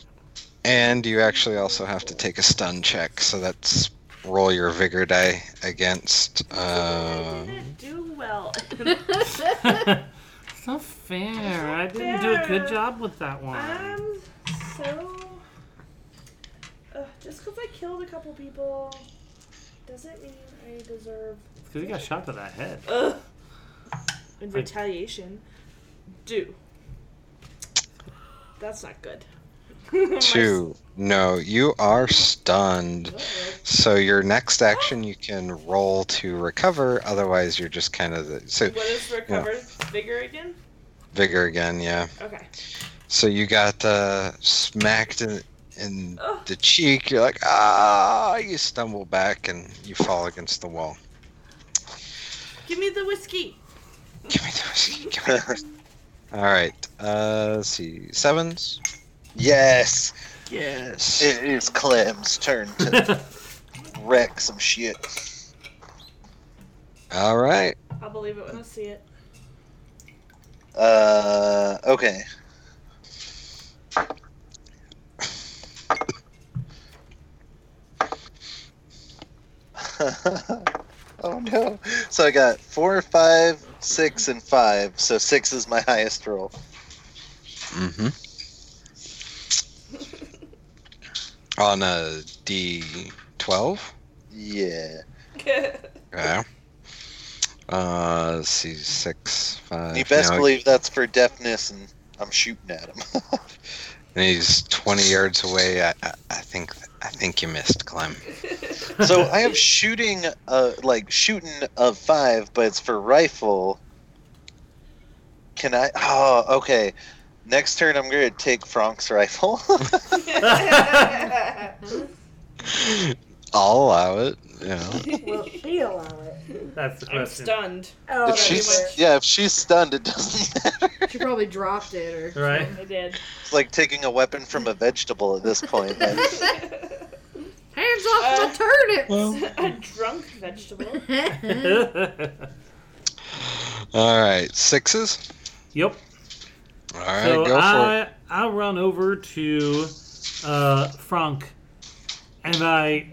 [SPEAKER 2] and you actually also have to take a stun check. So that's roll your vigor die against.
[SPEAKER 5] I
[SPEAKER 2] Uh,
[SPEAKER 5] didn't do well.
[SPEAKER 4] it's not fair. I didn't do a good
[SPEAKER 5] fair. Um,
[SPEAKER 4] job with that one.
[SPEAKER 5] I'm so. Ugh, just because I killed a couple people doesn't mean I deserve.
[SPEAKER 4] Because he got shot to the head.
[SPEAKER 5] Ugh. In retaliation, do. That's not good. My s-
[SPEAKER 2] two. No, you are stunned. So your next action you can roll to recover, otherwise you're just kind of the, so
[SPEAKER 5] What is recovered vigor again?
[SPEAKER 2] vigor again, yeah.
[SPEAKER 5] Okay.
[SPEAKER 2] So you got uh, smacked in, in
[SPEAKER 5] Ugh.
[SPEAKER 2] the cheek. You're like ah, you stumble back and you fall against the wall.
[SPEAKER 5] Give me the whiskey.
[SPEAKER 2] Give me the whiskey. Give me the whiskey. All right. Uh, let's see sevens.
[SPEAKER 3] yes,
[SPEAKER 2] Yes.
[SPEAKER 3] it is Clem's turn to wreck some shit.
[SPEAKER 2] All right.
[SPEAKER 5] I'll believe it when I see it.
[SPEAKER 3] Uh, okay. oh no. So I got four, five, six, and five. So six is my highest roll.
[SPEAKER 2] Mm-hmm. On a D twelve.
[SPEAKER 3] Yeah.
[SPEAKER 2] Yeah. Uh, let's see, six, five.
[SPEAKER 3] you best
[SPEAKER 2] no,
[SPEAKER 3] believe that's for deafness, and I'm shooting at him.
[SPEAKER 2] and he's 20 yards away. I, I, I think I think you missed, Clem.
[SPEAKER 3] So I have shooting, uh, like shooting of five, but it's for rifle. Can I? Oh, okay. Next turn, I'm gonna take Frank's rifle.
[SPEAKER 2] I'll allow it. Yeah.
[SPEAKER 7] Will she allow it?
[SPEAKER 4] That's the
[SPEAKER 5] I'm
[SPEAKER 4] question.
[SPEAKER 5] stunned.
[SPEAKER 7] Oh,
[SPEAKER 3] if
[SPEAKER 5] that'd be
[SPEAKER 3] she's
[SPEAKER 5] weird.
[SPEAKER 3] yeah, if she's stunned, it doesn't matter.
[SPEAKER 6] She probably dropped it or.
[SPEAKER 4] Right?
[SPEAKER 5] I did.
[SPEAKER 3] It's like taking a weapon from a vegetable at this point. Like,
[SPEAKER 6] Hands off my
[SPEAKER 5] Uh,
[SPEAKER 6] turnips!
[SPEAKER 5] a drunk vegetable.
[SPEAKER 2] All right, sixes.
[SPEAKER 4] yep.
[SPEAKER 2] All right,
[SPEAKER 4] so
[SPEAKER 2] go for
[SPEAKER 4] I I run over to uh, Frank, and I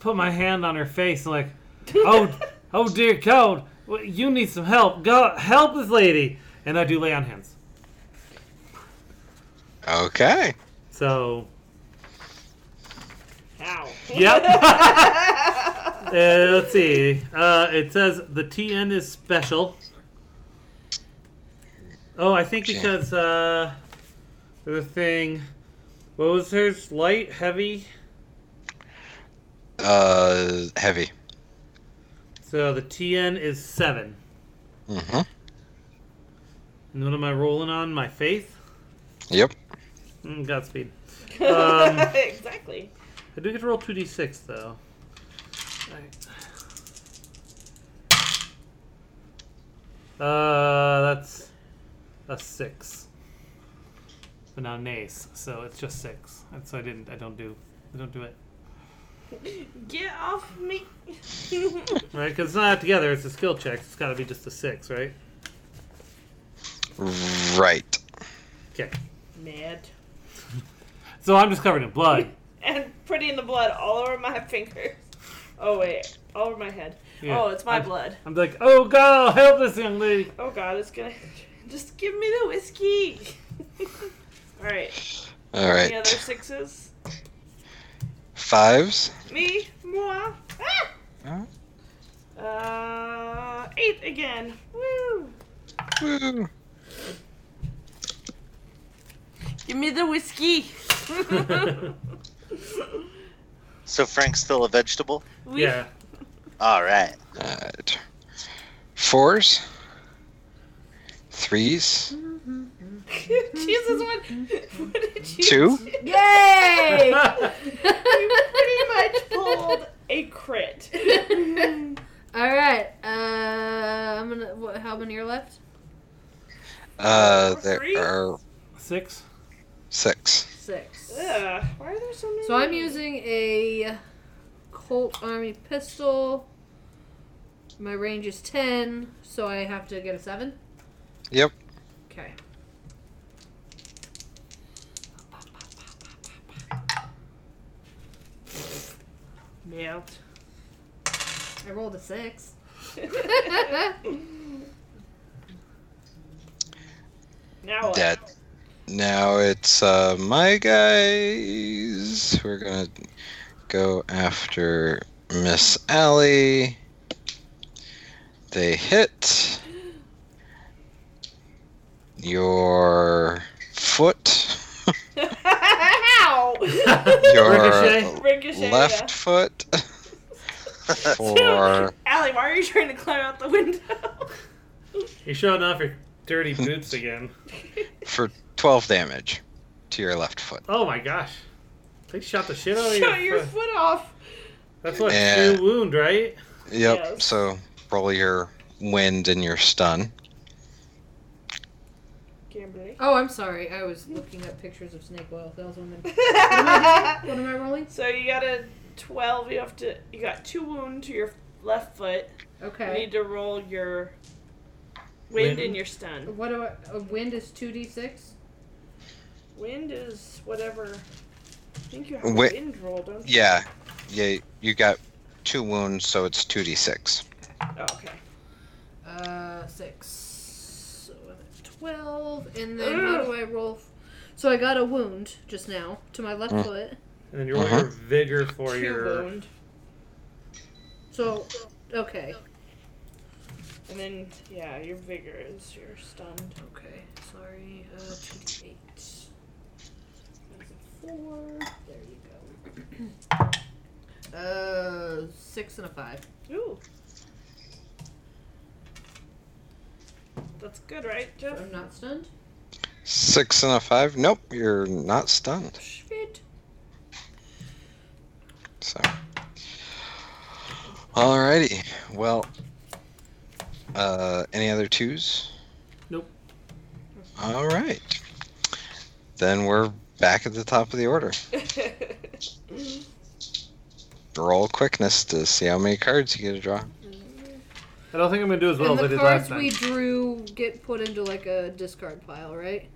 [SPEAKER 4] put my hand on her face and like, oh, oh dear God, well, you need some help. Go help this lady, and I do lay on hands.
[SPEAKER 2] it. Okay.
[SPEAKER 4] So
[SPEAKER 5] Ow.
[SPEAKER 4] yep. Uh, let's see. Uh, it says the TN is special. Oh, I think
[SPEAKER 2] Okay.
[SPEAKER 4] because uh, the thing. What was hers? Light, heavy.
[SPEAKER 2] Uh, heavy.
[SPEAKER 4] So the TN is seven.
[SPEAKER 2] Mm-hmm.
[SPEAKER 4] And what am I rolling on? My faith?
[SPEAKER 2] Yep.
[SPEAKER 4] Mm, Godspeed. Um,
[SPEAKER 5] exactly.
[SPEAKER 4] I do get to roll 2d6, though. Alright. Uh, that's a six. But now nace, so it's just six. And so I didn't, I don't do, I don't do it.
[SPEAKER 5] Get off me.
[SPEAKER 4] Right? Because it's not together, it's a skill check. It's gotta be just a six, right?
[SPEAKER 2] Right.
[SPEAKER 4] Okay.
[SPEAKER 5] Mad.
[SPEAKER 4] So I'm just covered in blood.
[SPEAKER 5] And putting the blood all over my fingers. Oh, wait. All over my head.
[SPEAKER 4] Yeah.
[SPEAKER 5] Oh, it's my
[SPEAKER 4] I'm-
[SPEAKER 5] blood.
[SPEAKER 4] I'm like, oh god, help this young lady!
[SPEAKER 5] Oh, God, it's gonna. Just give me the whiskey. Alright.
[SPEAKER 2] All
[SPEAKER 5] Any
[SPEAKER 2] right.
[SPEAKER 5] other sixes?
[SPEAKER 2] Fives.
[SPEAKER 5] Me? Moi? Ah!
[SPEAKER 2] Huh?
[SPEAKER 5] Uh, eight again. Woo!
[SPEAKER 2] Woo.
[SPEAKER 5] Give me the whiskey.
[SPEAKER 3] so Frank's still a vegetable.
[SPEAKER 5] we,
[SPEAKER 4] Yeah.
[SPEAKER 3] All right.
[SPEAKER 2] All right. Fours. Threes.
[SPEAKER 5] Jesus, what, what did you
[SPEAKER 2] Two?
[SPEAKER 5] do?
[SPEAKER 6] Yay!
[SPEAKER 5] Pretty much pulled a crit.
[SPEAKER 6] Alright, uh, I'm gonna. What, how many are left?
[SPEAKER 2] Uh, there
[SPEAKER 5] Three?
[SPEAKER 2] are
[SPEAKER 4] Six?
[SPEAKER 2] six.
[SPEAKER 6] Six.
[SPEAKER 5] Ugh, why are there so many?
[SPEAKER 6] So I'm using a Colt Army pistol. My range is 10, so I have to get a 7.
[SPEAKER 2] Yep.
[SPEAKER 6] Okay.
[SPEAKER 5] Yeah.
[SPEAKER 6] I rolled a 6.
[SPEAKER 5] Now what?
[SPEAKER 2] Dead. Now it's uh, my guys. We're gonna go after Miss Allie. They hit your foot,
[SPEAKER 5] Ow!
[SPEAKER 2] your
[SPEAKER 4] Ricochet?
[SPEAKER 5] Ricochet.
[SPEAKER 2] left foot for
[SPEAKER 5] Allie, why are you trying to climb out the window?
[SPEAKER 4] You're showing off your dirty boots again.
[SPEAKER 2] for twelve damage to your left foot.
[SPEAKER 4] Oh my gosh. They shot the shit out of
[SPEAKER 5] Shut
[SPEAKER 4] you.
[SPEAKER 5] your foot off.
[SPEAKER 4] That's what
[SPEAKER 2] Yeah.
[SPEAKER 4] two wound, right?
[SPEAKER 2] Yep.
[SPEAKER 5] Yes.
[SPEAKER 2] So roll your wind and your stun.
[SPEAKER 5] Kimberly.
[SPEAKER 6] Oh, I'm sorry. I was looking up pictures of snake oil saleswomen. What am I rolling?
[SPEAKER 5] so you got a twelve. You have to. You got two wound to your left foot. You
[SPEAKER 6] Okay.
[SPEAKER 5] need to roll your wind
[SPEAKER 4] Wind?
[SPEAKER 5] and your stun.
[SPEAKER 6] What do I. A wind is 2d6?
[SPEAKER 5] Wind is whatever. I think you have
[SPEAKER 2] Wi-
[SPEAKER 5] a wind roll, don't you?
[SPEAKER 2] Yeah. Yeah, you got two wounds, so it's 2d6.
[SPEAKER 5] Oh, okay.
[SPEAKER 6] Uh, six. So that's twelve, and then how do I roll? F- so I got a wound just now to my left
[SPEAKER 2] Mm.
[SPEAKER 6] foot.
[SPEAKER 4] And then you roll
[SPEAKER 2] Uh-huh.
[SPEAKER 4] your vigor for
[SPEAKER 5] Two
[SPEAKER 4] your
[SPEAKER 5] wound,
[SPEAKER 6] So okay,
[SPEAKER 5] and then yeah, your vigor is your stunned.
[SPEAKER 6] okay. Sorry. Uh, two d eight. Uh, six and a five.
[SPEAKER 5] Ooh. That's good, right, Jeff?
[SPEAKER 6] I'm not stunned.
[SPEAKER 2] Six and a five. Nope, you're not stunned.
[SPEAKER 6] Shit.
[SPEAKER 2] So. Alrighty. Well. Uh, any other twos?
[SPEAKER 4] Nope.
[SPEAKER 2] All right. Then we're back at the top of the order. Roll quickness to see how many cards you get to draw.
[SPEAKER 4] I don't think I'm gonna do as well
[SPEAKER 6] and
[SPEAKER 4] as I
[SPEAKER 6] the
[SPEAKER 4] did last
[SPEAKER 6] cards
[SPEAKER 4] time.
[SPEAKER 6] we drew get put into like a discard pile, right?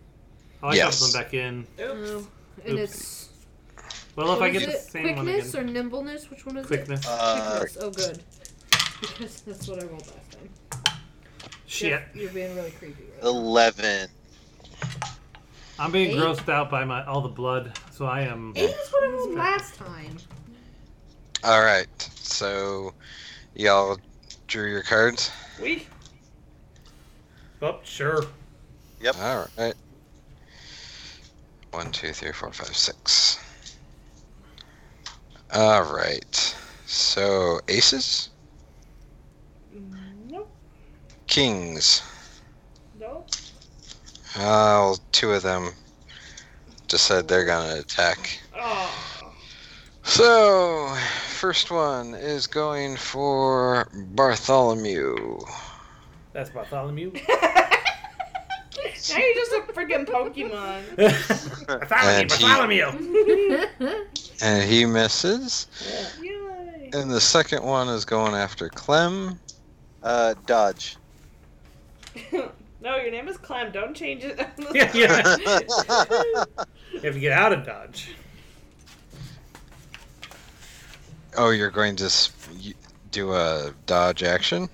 [SPEAKER 4] I like
[SPEAKER 2] Yes.
[SPEAKER 4] them back in.
[SPEAKER 5] Oops.
[SPEAKER 6] Oh, and
[SPEAKER 4] Oopsie.
[SPEAKER 6] it's
[SPEAKER 4] Well, if
[SPEAKER 6] what
[SPEAKER 4] I
[SPEAKER 6] is
[SPEAKER 4] get the
[SPEAKER 6] it?
[SPEAKER 4] same one again.
[SPEAKER 6] quickness or nimbleness, which one is it?
[SPEAKER 4] Quickness.
[SPEAKER 3] Uh,
[SPEAKER 6] Quickness. Oh, good. Because that's what I rolled last time.
[SPEAKER 4] Shit.
[SPEAKER 6] Jeff, You're being really creepy.
[SPEAKER 3] Oh.
[SPEAKER 6] Right?
[SPEAKER 3] 11.
[SPEAKER 4] I'm being
[SPEAKER 6] Eight?
[SPEAKER 4] grossed out by my all the blood, so I am.
[SPEAKER 6] Eight is what I rolled last time.
[SPEAKER 2] All right. So, y'all drew your cards.
[SPEAKER 5] We.
[SPEAKER 4] Oh, sure.
[SPEAKER 2] All right. One, two, three, four, five, six. All right. So aces,
[SPEAKER 5] Nope.
[SPEAKER 2] kings.
[SPEAKER 5] Nope.
[SPEAKER 2] Oh, two of them decide they're gonna attack.
[SPEAKER 4] Ah.
[SPEAKER 5] Oh.
[SPEAKER 2] So, first one is going for Bartholomew.
[SPEAKER 4] That's Bartholomew.
[SPEAKER 5] now you're just a freaking Pokemon.
[SPEAKER 4] Bartholomew.
[SPEAKER 2] And he-
[SPEAKER 4] Bartholomew.
[SPEAKER 2] And he misses.
[SPEAKER 5] Yay.
[SPEAKER 2] And the second one is going after Clem.
[SPEAKER 3] Uh, dodge.
[SPEAKER 5] no, your name is Clem. Don't change it.
[SPEAKER 4] yeah, yeah.
[SPEAKER 3] That's
[SPEAKER 4] You have to get out of dodge.
[SPEAKER 2] Oh, you're going to s- y- do a dodge action?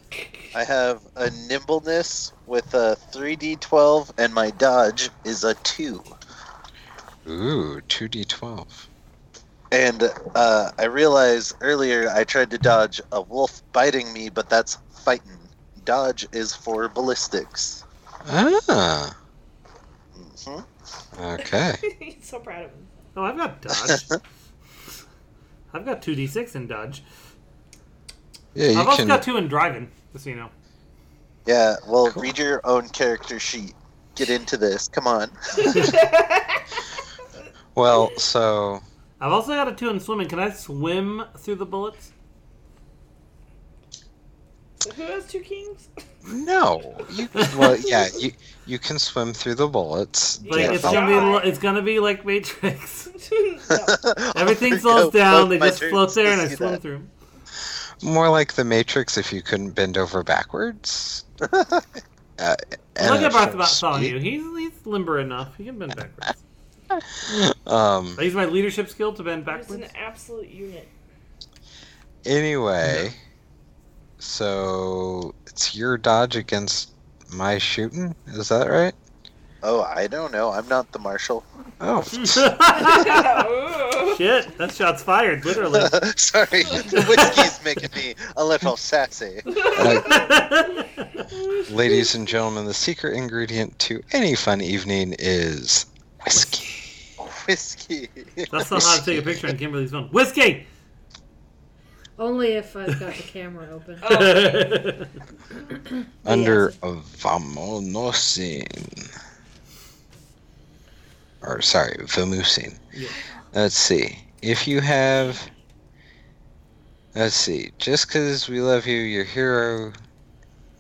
[SPEAKER 3] I have a nimbleness with a 3d12, and my dodge is a 2.
[SPEAKER 2] Ooh, 2d12.
[SPEAKER 3] And uh, I realized earlier I tried to dodge a wolf biting me, but that's fighting. Dodge is for ballistics.
[SPEAKER 2] Ah,
[SPEAKER 3] hmm
[SPEAKER 2] okay.
[SPEAKER 5] He's so proud of him.
[SPEAKER 4] Oh, I've got dodge. I've got two d6 in dodge.
[SPEAKER 2] Yeah, you
[SPEAKER 4] I've also
[SPEAKER 2] can.
[SPEAKER 4] got two in driving, just so you know.
[SPEAKER 3] Yeah, well,
[SPEAKER 2] Cool.
[SPEAKER 3] read your own character sheet. Get into this. Come on.
[SPEAKER 2] Well, so.
[SPEAKER 4] I've also got a two in swimming. Can I swim through the bullets?
[SPEAKER 5] Who has two kings?
[SPEAKER 2] No. You, well, yeah, you, you can swim through the bullets.
[SPEAKER 4] Like
[SPEAKER 5] Yeah,
[SPEAKER 4] it's
[SPEAKER 5] I'll-
[SPEAKER 4] gonna be a li- it's gonna be like Matrix.
[SPEAKER 5] No.
[SPEAKER 4] Everything
[SPEAKER 3] There
[SPEAKER 4] slows
[SPEAKER 3] go
[SPEAKER 4] down.
[SPEAKER 3] both
[SPEAKER 4] They
[SPEAKER 3] my
[SPEAKER 4] just float
[SPEAKER 3] dreams.
[SPEAKER 4] there, and I
[SPEAKER 3] see
[SPEAKER 4] swim
[SPEAKER 3] that.
[SPEAKER 4] through 'em.
[SPEAKER 2] More like the Matrix if you couldn't bend over backwards. uh, and
[SPEAKER 4] Look
[SPEAKER 2] at
[SPEAKER 4] at
[SPEAKER 2] full
[SPEAKER 4] Bartholomew. He's he's limber enough. He can bend backwards.
[SPEAKER 2] speed. Um,
[SPEAKER 4] I use my leadership skill to bend
[SPEAKER 5] It's
[SPEAKER 4] backwards.
[SPEAKER 5] an absolute unit.
[SPEAKER 2] anyway, so it's your dodge against my shooting. Is that right?
[SPEAKER 3] Oh, I don't know. I'm not the marshal.
[SPEAKER 2] Oh,
[SPEAKER 5] Ooh.
[SPEAKER 4] Shit, that shot's fired, literally.
[SPEAKER 3] Sorry, the whiskey's making me a little sassy.
[SPEAKER 2] uh, ladies and gentlemen, the secret ingredient to any fun evening is whiskey.
[SPEAKER 3] Whiskey.
[SPEAKER 4] That's not how to take a picture on Kimberly's phone. Whiskey.
[SPEAKER 6] Only if I've got the camera open.
[SPEAKER 5] Oh,
[SPEAKER 2] Under a vamonosin. Or, sorry, vamusin.
[SPEAKER 4] Yeah.
[SPEAKER 2] Let's see. If you have. Let's see. Just because we love you, your hero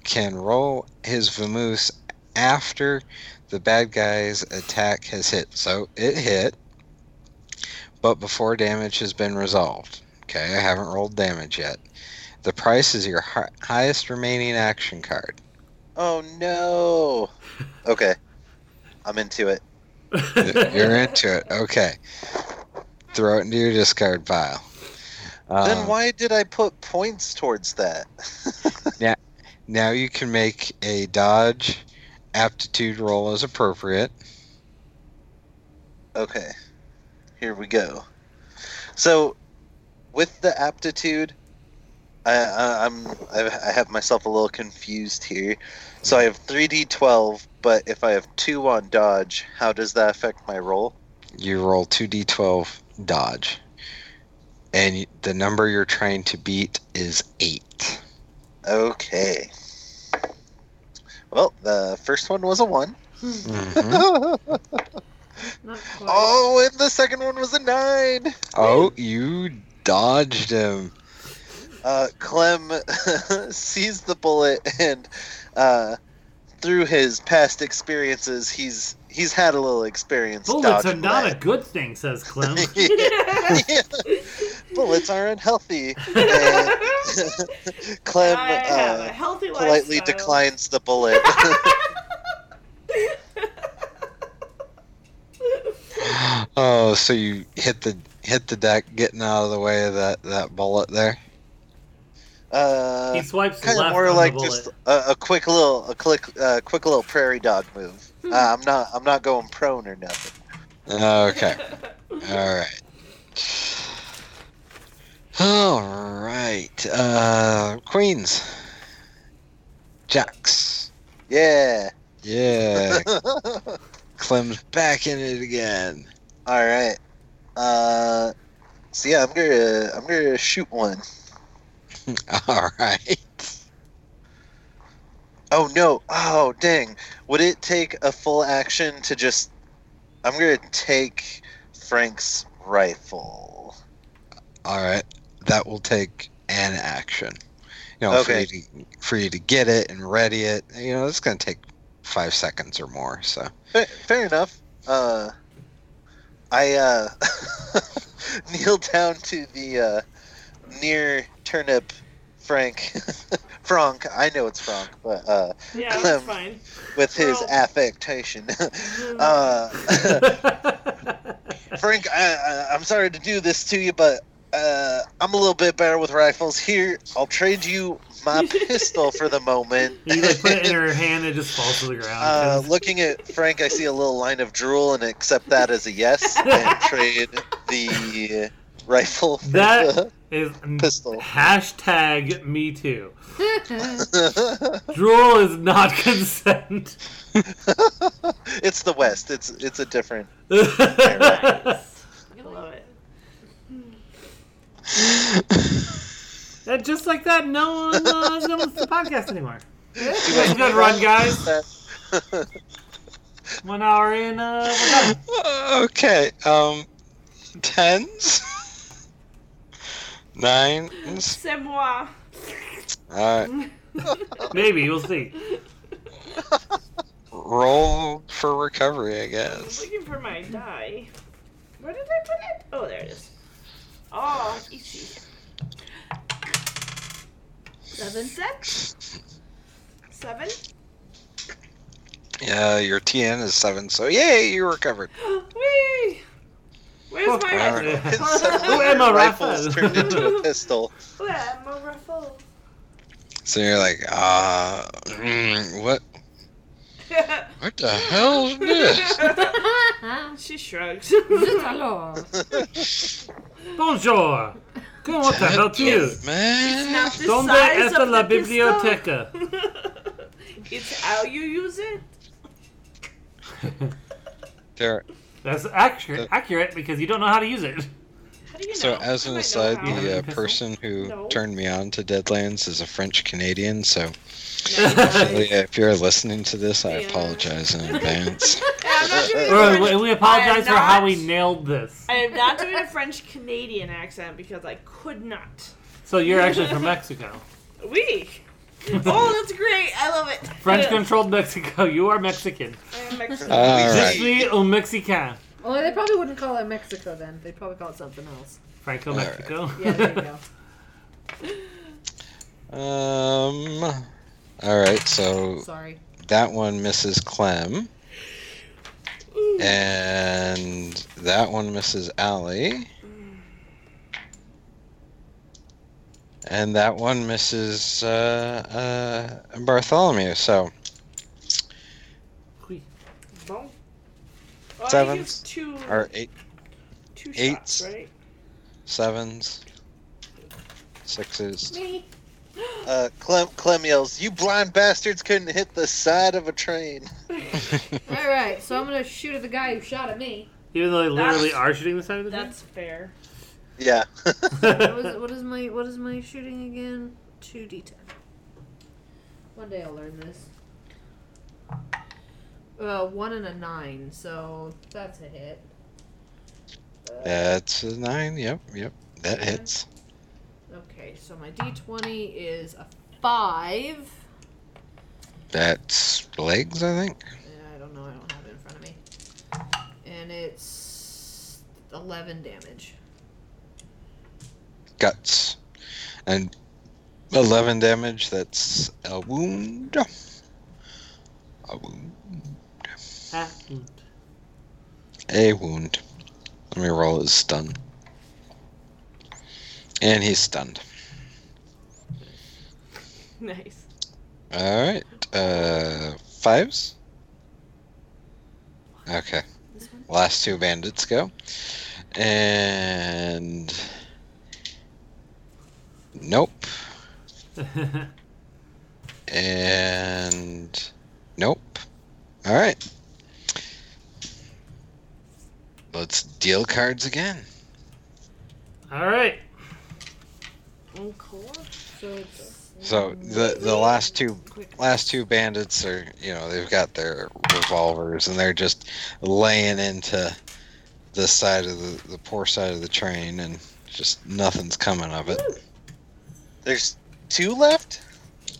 [SPEAKER 2] can roll his Vamoose after the bad guy's attack has hit. So it hit, but before damage has been resolved. Okay, I haven't rolled damage yet. The price is your hi- highest remaining action card.
[SPEAKER 3] Oh no. Okay, I'm into it.
[SPEAKER 2] You're into it. Okay. Throw it into your discard pile.
[SPEAKER 3] Then
[SPEAKER 2] Um,
[SPEAKER 3] why did I put points towards that?
[SPEAKER 2] Now you can make a dodge aptitude roll as appropriate.
[SPEAKER 3] okay, here we go. So, with the aptitude, I, I, I'm I, I have myself a little confused here. So I have 3d12, but if I have two on dodge, how does that affect my roll?
[SPEAKER 2] You roll 2d12 dodge. and y- the number you're trying to beat is eight.
[SPEAKER 3] Okay. Well, the first one was a one. Mm-hmm.
[SPEAKER 2] Mhm.
[SPEAKER 6] Not quite.
[SPEAKER 3] oh, and the second one was a nine.
[SPEAKER 2] oh, you dodged him.
[SPEAKER 3] Uh, Clem sees the bullet and uh, through his past experiences, he's he's had a little experience.
[SPEAKER 4] Bullets are
[SPEAKER 3] dodging
[SPEAKER 4] not
[SPEAKER 3] that.
[SPEAKER 4] a good thing, says Clem.
[SPEAKER 3] bullets are unhealthy. And Clem
[SPEAKER 5] I have a
[SPEAKER 3] uh,
[SPEAKER 5] healthy
[SPEAKER 3] politely
[SPEAKER 5] lifestyle.
[SPEAKER 3] declines the bullet.
[SPEAKER 2] Oh, so you hit the hit the deck, getting out of the way of that that bullet there.
[SPEAKER 3] Uh,
[SPEAKER 4] he swipes
[SPEAKER 3] kind
[SPEAKER 4] left
[SPEAKER 3] of more
[SPEAKER 4] on
[SPEAKER 3] like
[SPEAKER 4] the bullet.
[SPEAKER 3] just a, a quick little, a quick, uh, quick little prairie dog move. Uh, I'm not, I'm not going prone or nothing.
[SPEAKER 2] Okay. All right. All right. Uh, Queens. Jacks.
[SPEAKER 3] Yeah.
[SPEAKER 2] Yeah.
[SPEAKER 3] All
[SPEAKER 2] Clem's back in it again.
[SPEAKER 3] right. Uh, so yeah, I'm gonna, I'm gonna shoot one.
[SPEAKER 2] All right.
[SPEAKER 3] Oh no! Oh dang! Would it take a full action to just? I'm gonna take Frank's rifle.
[SPEAKER 2] All right. That will take an action. You know,
[SPEAKER 3] Okay.
[SPEAKER 2] for, you to, for you to get it and ready it. You know, it's going to take five seconds or more. So.
[SPEAKER 3] Fair, fair enough. Uh, I uh, kneel down to the uh, near turnip Frank. Frank, I know it's Frank, but uh,
[SPEAKER 5] yeah,
[SPEAKER 3] Clem.
[SPEAKER 2] um,
[SPEAKER 5] that's fine.
[SPEAKER 3] with his
[SPEAKER 5] Well-
[SPEAKER 3] affectation, uh, Frank, I, I, I'm sorry to do this to you, but uh, I'm a little bit better with rifles. Here, I'll trade you my pistol for the moment.
[SPEAKER 4] you like put it in her hand and it just falls to the ground.
[SPEAKER 3] Uh,
[SPEAKER 4] 'cause-
[SPEAKER 3] looking at Frank, I see a little line of drool and accept that as a yes and trade the rifle. For
[SPEAKER 4] That is n-
[SPEAKER 3] Pistol.
[SPEAKER 4] Hashtag me too. Drool is not consent.
[SPEAKER 3] the... it's the West. It's it's a different.
[SPEAKER 4] that
[SPEAKER 5] I love it.
[SPEAKER 4] just like that, no one uh, no one's the podcast anymore.
[SPEAKER 3] Do I
[SPEAKER 4] That's a good run, guys.
[SPEAKER 3] that?
[SPEAKER 4] One hour in. Uh, we're done.
[SPEAKER 2] Okay. Um, tens, nines.
[SPEAKER 5] C'est moi.
[SPEAKER 2] All right.
[SPEAKER 4] Maybe we'll see.
[SPEAKER 2] Roll for recovery, I
[SPEAKER 5] I was
[SPEAKER 2] guess.
[SPEAKER 5] looking for my die. Where did I put it? Oh, there it is. Oh, itchy.
[SPEAKER 6] Seven.
[SPEAKER 5] Six? Seven?
[SPEAKER 2] Yeah, your TN is seven, so yay, you recovered.
[SPEAKER 5] Whee! Where's my
[SPEAKER 2] Alright.
[SPEAKER 5] rifle?
[SPEAKER 3] And
[SPEAKER 4] Who
[SPEAKER 3] suddenly
[SPEAKER 4] am I,
[SPEAKER 3] the rifle's
[SPEAKER 4] Raphael?
[SPEAKER 3] turned into a pistol.
[SPEAKER 5] Where's my rifle?
[SPEAKER 2] So you're like, uh, mm, what? What the hell's this?
[SPEAKER 5] she shrugs.
[SPEAKER 6] Zut alors.
[SPEAKER 4] Bonjour. Comment ça va tu?
[SPEAKER 2] Man.
[SPEAKER 5] Not the
[SPEAKER 4] Donde
[SPEAKER 5] size
[SPEAKER 4] est
[SPEAKER 5] of
[SPEAKER 4] la
[SPEAKER 5] the pistol.
[SPEAKER 4] bibliothèque?
[SPEAKER 5] it's how you use it.
[SPEAKER 2] There-
[SPEAKER 4] That's accurate, accurate because you don't know how to use it.
[SPEAKER 5] How do you
[SPEAKER 2] So,
[SPEAKER 5] know?
[SPEAKER 2] as
[SPEAKER 5] I
[SPEAKER 2] an
[SPEAKER 5] might know
[SPEAKER 2] aside,
[SPEAKER 5] how.
[SPEAKER 4] You
[SPEAKER 2] the uh,
[SPEAKER 4] have a pistol?
[SPEAKER 2] person who
[SPEAKER 5] No.
[SPEAKER 2] turned me on to Deadlands is a French Canadian, so
[SPEAKER 4] Nice.
[SPEAKER 2] yeah, if you're listening to this, I
[SPEAKER 5] Yeah.
[SPEAKER 2] apologize in advance.
[SPEAKER 5] Hey, I'm not doing
[SPEAKER 4] Or,
[SPEAKER 5] a
[SPEAKER 4] we-
[SPEAKER 5] French-
[SPEAKER 4] we apologize
[SPEAKER 5] I
[SPEAKER 4] for
[SPEAKER 5] am
[SPEAKER 4] how
[SPEAKER 5] not-
[SPEAKER 4] we nailed this.
[SPEAKER 5] I am not doing a French Canadian accent because I could not.
[SPEAKER 4] So you're actually from Mexico.
[SPEAKER 5] We. Oh, that's great! I love it.
[SPEAKER 4] French controlled Mexico. You are Mexican.
[SPEAKER 5] I am Mexican.
[SPEAKER 2] All
[SPEAKER 4] Je
[SPEAKER 2] right.
[SPEAKER 4] suis un Mexican.
[SPEAKER 6] Only they probably wouldn't call it Mexico then. They'd probably call it something else.
[SPEAKER 4] Franco
[SPEAKER 2] All right.
[SPEAKER 4] Mexico.
[SPEAKER 6] Yeah, there you go.
[SPEAKER 2] Um. All right, so
[SPEAKER 6] Sorry.
[SPEAKER 2] that one misses Clem,
[SPEAKER 5] Mm,
[SPEAKER 2] and that one misses Allie, and that one misses uh, uh, Bartholomew. So
[SPEAKER 4] Oui.
[SPEAKER 5] Bon. Well,
[SPEAKER 2] Sevens
[SPEAKER 5] I used two,
[SPEAKER 2] or eight
[SPEAKER 5] two
[SPEAKER 2] eights.
[SPEAKER 5] shots, right?
[SPEAKER 2] sevens, sixes.
[SPEAKER 6] Me.
[SPEAKER 3] Uh, Clem, Clem yells, "You blind bastards couldn't hit the side of a train."
[SPEAKER 6] All right, so I'm gonna shoot at the guy who shot at me.
[SPEAKER 4] Even though they literally
[SPEAKER 5] That's-
[SPEAKER 4] are shooting the side of the
[SPEAKER 5] That's fair.
[SPEAKER 3] Yeah.
[SPEAKER 6] What, was, what is my what is my shooting again? Two d10. One day I'll learn this. Uh, one and a nine, so that's a hit.
[SPEAKER 2] That's a nine. Yep, yep. That hits.
[SPEAKER 6] Okay, so my d20 is a five.
[SPEAKER 2] That's legs, I think.
[SPEAKER 6] Yeah, I don't know. I don't have it in front of me. And it's 11 damage.
[SPEAKER 2] Guts. And 11 damage. That's a wound. A wound.
[SPEAKER 4] Atlant.
[SPEAKER 2] A wound. Let me roll his stun. And he's stunned.
[SPEAKER 5] Nice.
[SPEAKER 2] Alright. Uh, fives? Okay.
[SPEAKER 6] This one?
[SPEAKER 2] Last two bandits go. And. Nope. And. Nope. Alright. Let's deal cards again.
[SPEAKER 4] All right.
[SPEAKER 5] Encore?
[SPEAKER 6] So it's.
[SPEAKER 2] So the the last two last two bandits are you know they've got their revolvers and they're just laying into the side of the the poor side of the train and just nothing's coming of it.
[SPEAKER 3] There's two left?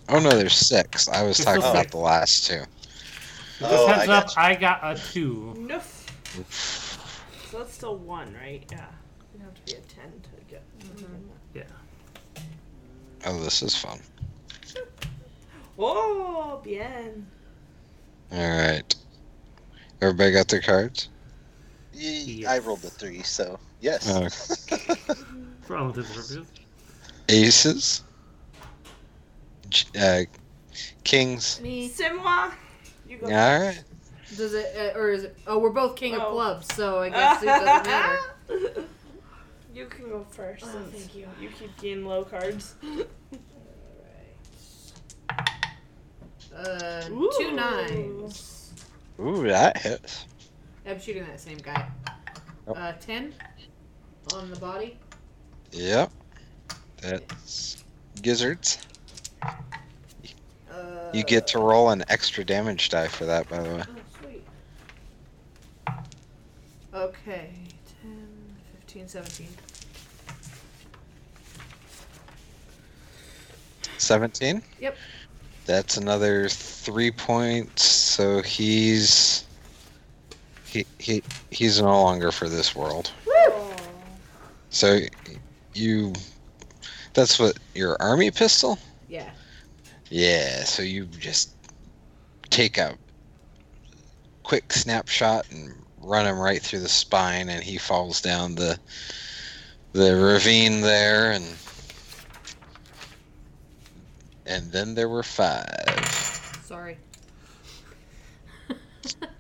[SPEAKER 2] Oh no, there's six. I was
[SPEAKER 4] There's
[SPEAKER 2] talking
[SPEAKER 4] still
[SPEAKER 2] about
[SPEAKER 4] six.
[SPEAKER 2] the last two.
[SPEAKER 4] Just
[SPEAKER 3] Oh,
[SPEAKER 4] heads
[SPEAKER 3] I
[SPEAKER 4] up,
[SPEAKER 3] gotcha.
[SPEAKER 4] I got a two.
[SPEAKER 5] Noof. So that's still one, right? Yeah. It'd have to be a 10 to get.
[SPEAKER 2] Oh, this is fun.
[SPEAKER 5] Oh, bien.
[SPEAKER 2] All right, everybody got their cards.
[SPEAKER 3] Ye-
[SPEAKER 4] Yes.
[SPEAKER 3] I rolled a three, so yes.
[SPEAKER 2] Oh.
[SPEAKER 4] For all intents and purposes.
[SPEAKER 2] Aces, J- uh, kings.
[SPEAKER 6] Me.
[SPEAKER 5] C'est moi. You go.
[SPEAKER 2] All right,
[SPEAKER 6] Does it. Uh, or is it. Oh, we're both king of
[SPEAKER 5] Oh.
[SPEAKER 6] clubs, so I guess it doesn't matter.
[SPEAKER 5] you can go first.
[SPEAKER 6] Oh,
[SPEAKER 5] since
[SPEAKER 6] thank you.
[SPEAKER 5] You keep getting low cards.
[SPEAKER 6] Uh,
[SPEAKER 5] Ooh.
[SPEAKER 6] two nines.
[SPEAKER 2] ooh, that hits.
[SPEAKER 6] I'm shooting that same guy.
[SPEAKER 2] Yep.
[SPEAKER 6] Uh, 10 on the body.
[SPEAKER 2] Yep, that's gizzards.
[SPEAKER 6] Uh,
[SPEAKER 2] You get to roll an extra damage die for that, by the way.
[SPEAKER 6] Oh, sweet. Okay, 10, 15, 17.
[SPEAKER 2] 17?
[SPEAKER 6] Yep.
[SPEAKER 2] That's another three points, so he's. He, he he's no longer for this world.
[SPEAKER 5] Oh.
[SPEAKER 2] So you that's what your army pistol?
[SPEAKER 6] Yeah.
[SPEAKER 2] Yeah, so you just take a quick snapshot and run him right through the spine and he falls down the the ravine there and and then there were five.
[SPEAKER 6] Sorry.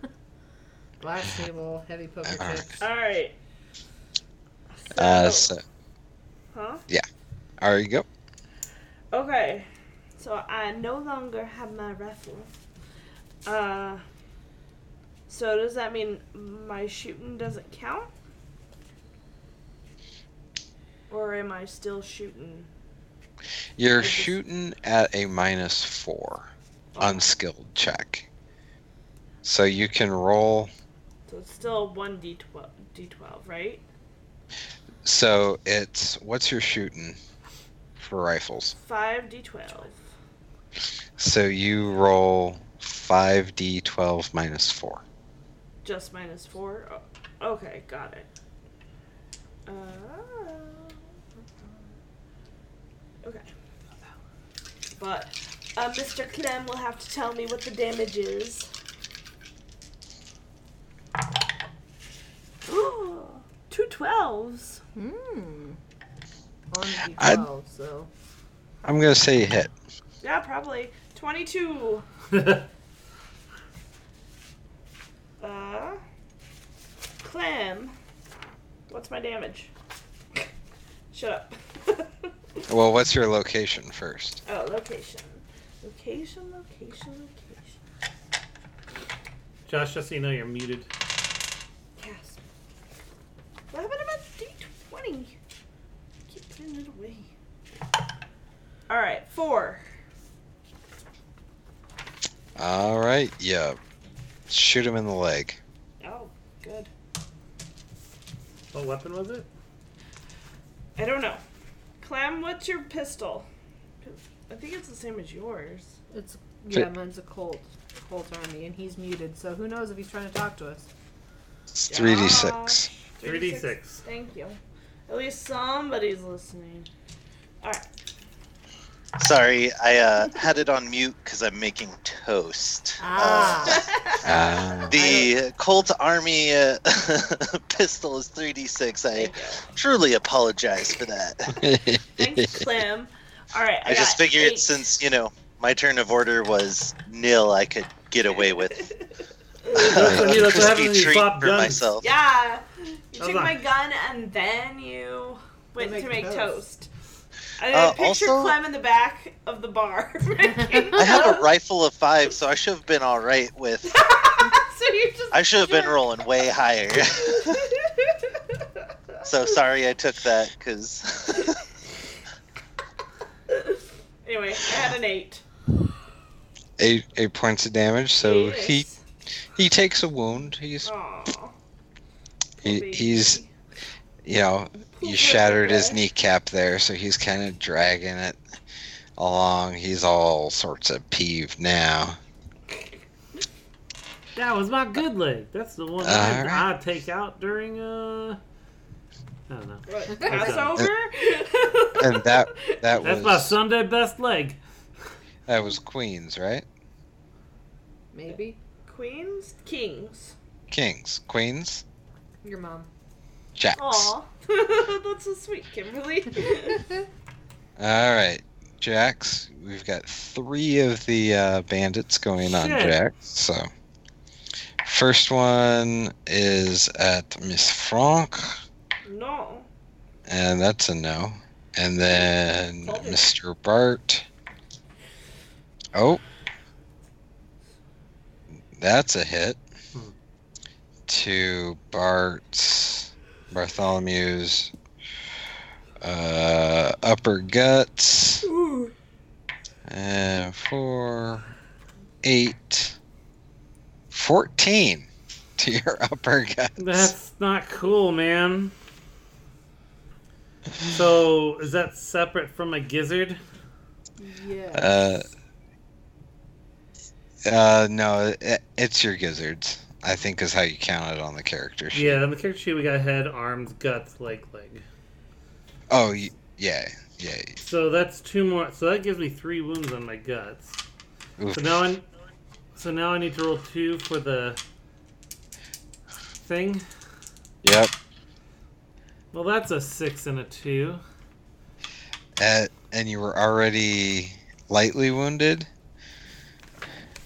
[SPEAKER 6] Glass table, heavy poker
[SPEAKER 2] Alright.
[SPEAKER 6] chips.
[SPEAKER 5] All right.
[SPEAKER 2] Uh,
[SPEAKER 5] So-
[SPEAKER 2] so,
[SPEAKER 5] huh?
[SPEAKER 2] are you go?
[SPEAKER 5] Okay. So I no longer have my rifle. Uh. So does that mean my shooting doesn't count? Or am I still shooting?
[SPEAKER 2] You're
[SPEAKER 5] just-
[SPEAKER 2] shooting at a minus four unskilled check. So you can roll.
[SPEAKER 5] So it's still one d twelve, d twelve, right?
[SPEAKER 2] So it's what's your shooting for rifles?
[SPEAKER 5] Five d twelve.
[SPEAKER 2] So you roll 5d12 minus 4.
[SPEAKER 5] Just minus four. Oh, okay, got it. Uh, okay. But uh, Mr. Clem will have to tell me what the damage is. Two twelves.
[SPEAKER 6] Hmm. On D12,
[SPEAKER 2] I-
[SPEAKER 6] so.
[SPEAKER 2] I'm going to say you hit.
[SPEAKER 5] Yeah, probably twenty-two. Uh, Clem, what's my damage? Shut up.
[SPEAKER 2] Well, what's your location first?
[SPEAKER 5] Oh, location. Location, location, location.
[SPEAKER 4] Josh, just so you know, you're muted.
[SPEAKER 5] Yes. What happened to my D20? Giving it away. All right, four.
[SPEAKER 2] All right, yeah. Shoot him in the leg.
[SPEAKER 5] Oh, good.
[SPEAKER 4] What weapon was it?
[SPEAKER 5] I don't know. Clem, what's your pistol? 'Cause I think it's the same as yours.
[SPEAKER 6] It's
[SPEAKER 2] Fi-
[SPEAKER 6] yeah, mine's a Colt, Colt army, and he's muted, so who knows if he's trying to talk to us?
[SPEAKER 2] It's 3d6.
[SPEAKER 5] Josh,
[SPEAKER 4] 3d6.
[SPEAKER 5] Thank you. At least somebody's listening. All right.
[SPEAKER 3] Sorry, I uh, had it on mute because I'm making toast. Uh,
[SPEAKER 2] Ah.
[SPEAKER 3] the Colt Army uh, pistol is 3d6. I truly apologize for that.
[SPEAKER 5] Thanks, Clem. All right. I,
[SPEAKER 3] I just
[SPEAKER 5] got
[SPEAKER 3] figured
[SPEAKER 5] eight.
[SPEAKER 3] since, you know, my turn of order was nil, I could get away with
[SPEAKER 4] That's what-
[SPEAKER 3] a
[SPEAKER 4] that's what happens
[SPEAKER 3] crispy
[SPEAKER 4] when you
[SPEAKER 3] treat
[SPEAKER 4] swap
[SPEAKER 3] for
[SPEAKER 4] guns.
[SPEAKER 3] myself.
[SPEAKER 5] Yeah. You
[SPEAKER 4] That
[SPEAKER 5] took
[SPEAKER 4] was
[SPEAKER 5] my
[SPEAKER 4] nice.
[SPEAKER 5] gun and then you went
[SPEAKER 6] To
[SPEAKER 5] to
[SPEAKER 6] make
[SPEAKER 5] make
[SPEAKER 6] toast.
[SPEAKER 5] toast. And
[SPEAKER 3] Uh,
[SPEAKER 5] I picture
[SPEAKER 3] also-
[SPEAKER 5] Clem in the back of the bar.
[SPEAKER 3] I have a rifle of five, so I should have been all right with.
[SPEAKER 5] so you just.
[SPEAKER 3] I should have been
[SPEAKER 5] jerk.
[SPEAKER 3] rolling way higher. so sorry I took that, because.
[SPEAKER 5] anyway, I had an eight.
[SPEAKER 2] Eight, eight points of damage, so he
[SPEAKER 5] Yes.
[SPEAKER 2] he takes a wound. He's
[SPEAKER 5] Aw, poor
[SPEAKER 2] he, he's
[SPEAKER 5] Oh, baby.
[SPEAKER 2] you know
[SPEAKER 5] Poor
[SPEAKER 2] you shattered his
[SPEAKER 5] baby.
[SPEAKER 2] kneecap there, so he's kind of dragging it along. He's all sorts of peeved now.
[SPEAKER 4] That was my good leg. That's the one
[SPEAKER 2] All
[SPEAKER 4] that
[SPEAKER 2] right.
[SPEAKER 4] I take out during uh. I don't know.
[SPEAKER 5] What,
[SPEAKER 2] And
[SPEAKER 5] Passover?
[SPEAKER 2] that that
[SPEAKER 4] That's
[SPEAKER 2] was
[SPEAKER 4] my Sunday best leg.
[SPEAKER 2] that was Queens, right?
[SPEAKER 6] Maybe
[SPEAKER 5] Queens? Kings.
[SPEAKER 2] Kings, Queens,
[SPEAKER 6] your mom.
[SPEAKER 2] Jacks.
[SPEAKER 5] Aw. That's so sweet, Kimberly.
[SPEAKER 2] All right, Jax. We've got three of the uh, bandits going on
[SPEAKER 4] Shit.
[SPEAKER 2] Jax. So, first one is at Miss Franck,
[SPEAKER 5] no.
[SPEAKER 2] and that's a no. And then
[SPEAKER 5] Told you.
[SPEAKER 2] Mr. Bart. Oh, that's a hit.
[SPEAKER 4] Hmm.
[SPEAKER 2] To Bart's Bartholomew's uh, upper guts.
[SPEAKER 5] Ooh.
[SPEAKER 2] Uh, four, eight, 14 to your upper guts.
[SPEAKER 4] That's not cool, man. So is that separate from a gizzard?
[SPEAKER 6] Yeah.
[SPEAKER 2] Uh, uh, no, it, it's your gizzards. I think is how you count it on the character sheet.
[SPEAKER 4] Yeah, on the character sheet we got head, arms, guts, leg, leg.
[SPEAKER 2] Oh, y- yeah, yeah.
[SPEAKER 4] So that's two more. So that gives me three wounds on my guts.
[SPEAKER 2] Oof.
[SPEAKER 4] So now I, so now I need to roll two for the thing.
[SPEAKER 2] Yep.
[SPEAKER 4] Well, that's a six and a two.
[SPEAKER 2] At, and you were already lightly wounded.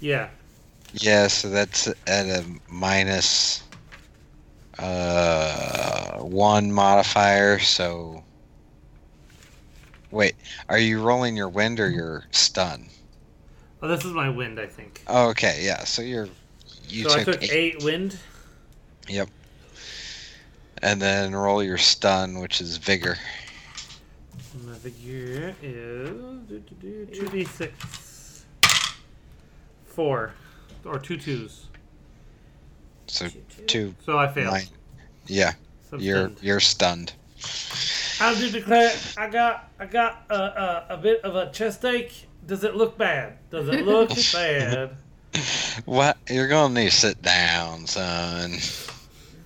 [SPEAKER 4] Yeah.
[SPEAKER 2] Yeah, so that's at a minus uh one modifier, so wait, are you rolling your wind or your stun?
[SPEAKER 4] Oh, this is my wind, I think.
[SPEAKER 2] Oh, okay, yeah, so you're you
[SPEAKER 4] so
[SPEAKER 2] took,
[SPEAKER 4] I took
[SPEAKER 2] eight,
[SPEAKER 4] eight wind.
[SPEAKER 2] and then roll your stun, which is vigor.
[SPEAKER 4] And the figure is two d six, four, or two twos.
[SPEAKER 2] So two
[SPEAKER 4] So I failed.
[SPEAKER 2] nine. Yeah,
[SPEAKER 4] So I'm
[SPEAKER 2] you're
[SPEAKER 4] stunned.
[SPEAKER 2] you're stunned.
[SPEAKER 4] I do declare, I got, I got a, a, a bit of a chest ache. Does it look bad? Does it look bad?
[SPEAKER 2] What you're gonna need to sit down, son.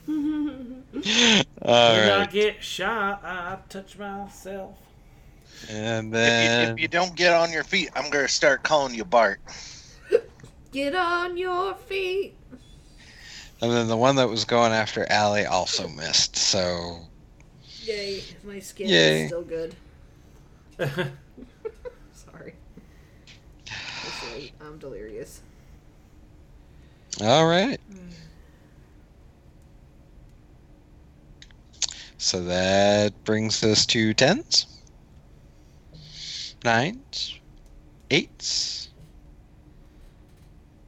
[SPEAKER 2] All
[SPEAKER 4] Did I
[SPEAKER 2] right,
[SPEAKER 4] get shot? I touch myself.
[SPEAKER 2] and
[SPEAKER 3] If you,
[SPEAKER 2] then
[SPEAKER 3] if you don't get on your feet, I'm gonna start calling you Bart.
[SPEAKER 6] Get on your feet.
[SPEAKER 2] And then the one that was going after Allie also missed. So
[SPEAKER 6] Yay! My skin
[SPEAKER 2] Yay.
[SPEAKER 6] is still good.
[SPEAKER 4] That's
[SPEAKER 6] Sorry. It's late. I'm delirious.
[SPEAKER 2] all right.
[SPEAKER 3] Mm.
[SPEAKER 2] So that brings us to tens, nines, eights.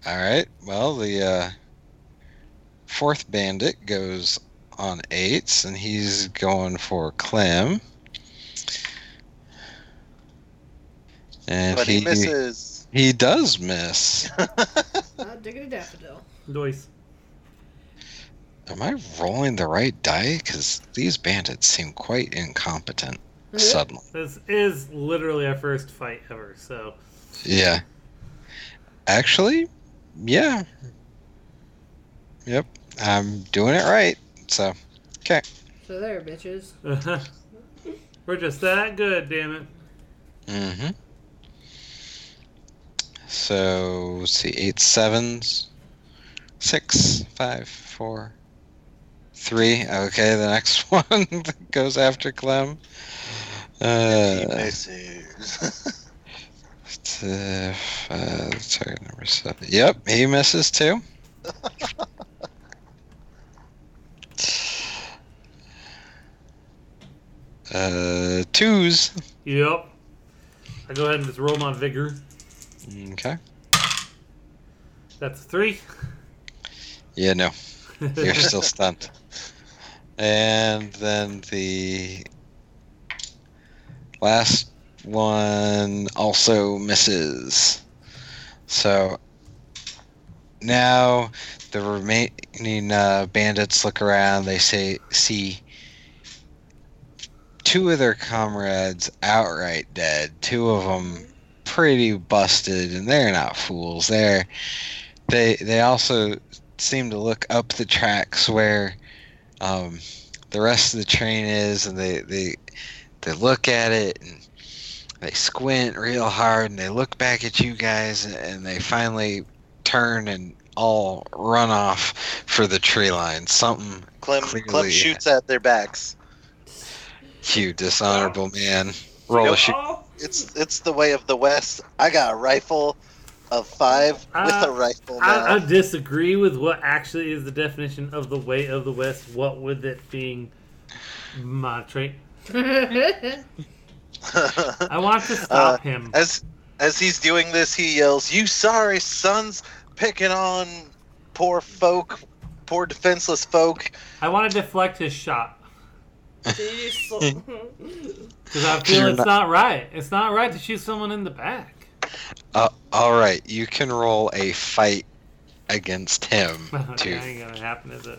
[SPEAKER 2] All right. Well, the uh, fourth bandit goes on eights, and he's going for Clem. And
[SPEAKER 3] but
[SPEAKER 2] he
[SPEAKER 3] he misses.
[SPEAKER 2] he does miss.
[SPEAKER 6] Not digging Uh, a daffodil.
[SPEAKER 4] Lois.
[SPEAKER 2] Am I rolling the right die? Because these bandits seem quite incompetent. Suddenly,
[SPEAKER 4] This is literally our first fight ever, so
[SPEAKER 2] yeah. Actually, yeah. Yep, I'm doing it right. So, okay.
[SPEAKER 6] So there, bitches.
[SPEAKER 4] we're just that good, damn it.
[SPEAKER 2] Mm-hmm. So let's see, eight sevens, six, five, four, three. Okay, the next one goes after Clem.
[SPEAKER 3] he
[SPEAKER 2] Uh,
[SPEAKER 3] misses.
[SPEAKER 2] it's, uh, uh, target number seven. Yep, he misses too. Uh, twos.
[SPEAKER 4] Yep. I go ahead and just roll my vigor.
[SPEAKER 2] Okay.
[SPEAKER 4] That's three.
[SPEAKER 2] Yeah, no. You're still stunned. And then the last one also misses. So now the remaining uh, bandits look around. They say see two of their comrades outright dead. Two of them pretty busted, and they're not fools. They're they they also seem to look up the tracks where um, the rest of the train is, and they, they they look at it and they squint real hard, and they look back at you guys, and they finally turn and all run off for the tree line. Something
[SPEAKER 3] Clem, Clem
[SPEAKER 2] Clearly.
[SPEAKER 3] shoots at their backs.
[SPEAKER 2] you dishonorable man. Roll a shoot.
[SPEAKER 5] Oh,
[SPEAKER 3] It's it's the way of the West. I got a rifle of five with
[SPEAKER 4] Uh,
[SPEAKER 3] a rifle now.
[SPEAKER 4] I, I disagree with what actually is the definition of the way of the West, what with it being my trait. I want to
[SPEAKER 2] Uh,
[SPEAKER 4] stop him.
[SPEAKER 3] as as he's doing this, he yells, "You sorry sons, picking on poor folk, poor defenseless folk."
[SPEAKER 4] I want to deflect his shot.
[SPEAKER 5] you sl-
[SPEAKER 4] Because I feel
[SPEAKER 2] You're
[SPEAKER 4] it's
[SPEAKER 2] not-
[SPEAKER 4] not right. It's not right to shoot someone in the back.
[SPEAKER 2] Uh, all right, you can roll a fight against him
[SPEAKER 4] that
[SPEAKER 2] to
[SPEAKER 4] ain't gonna happen, is it?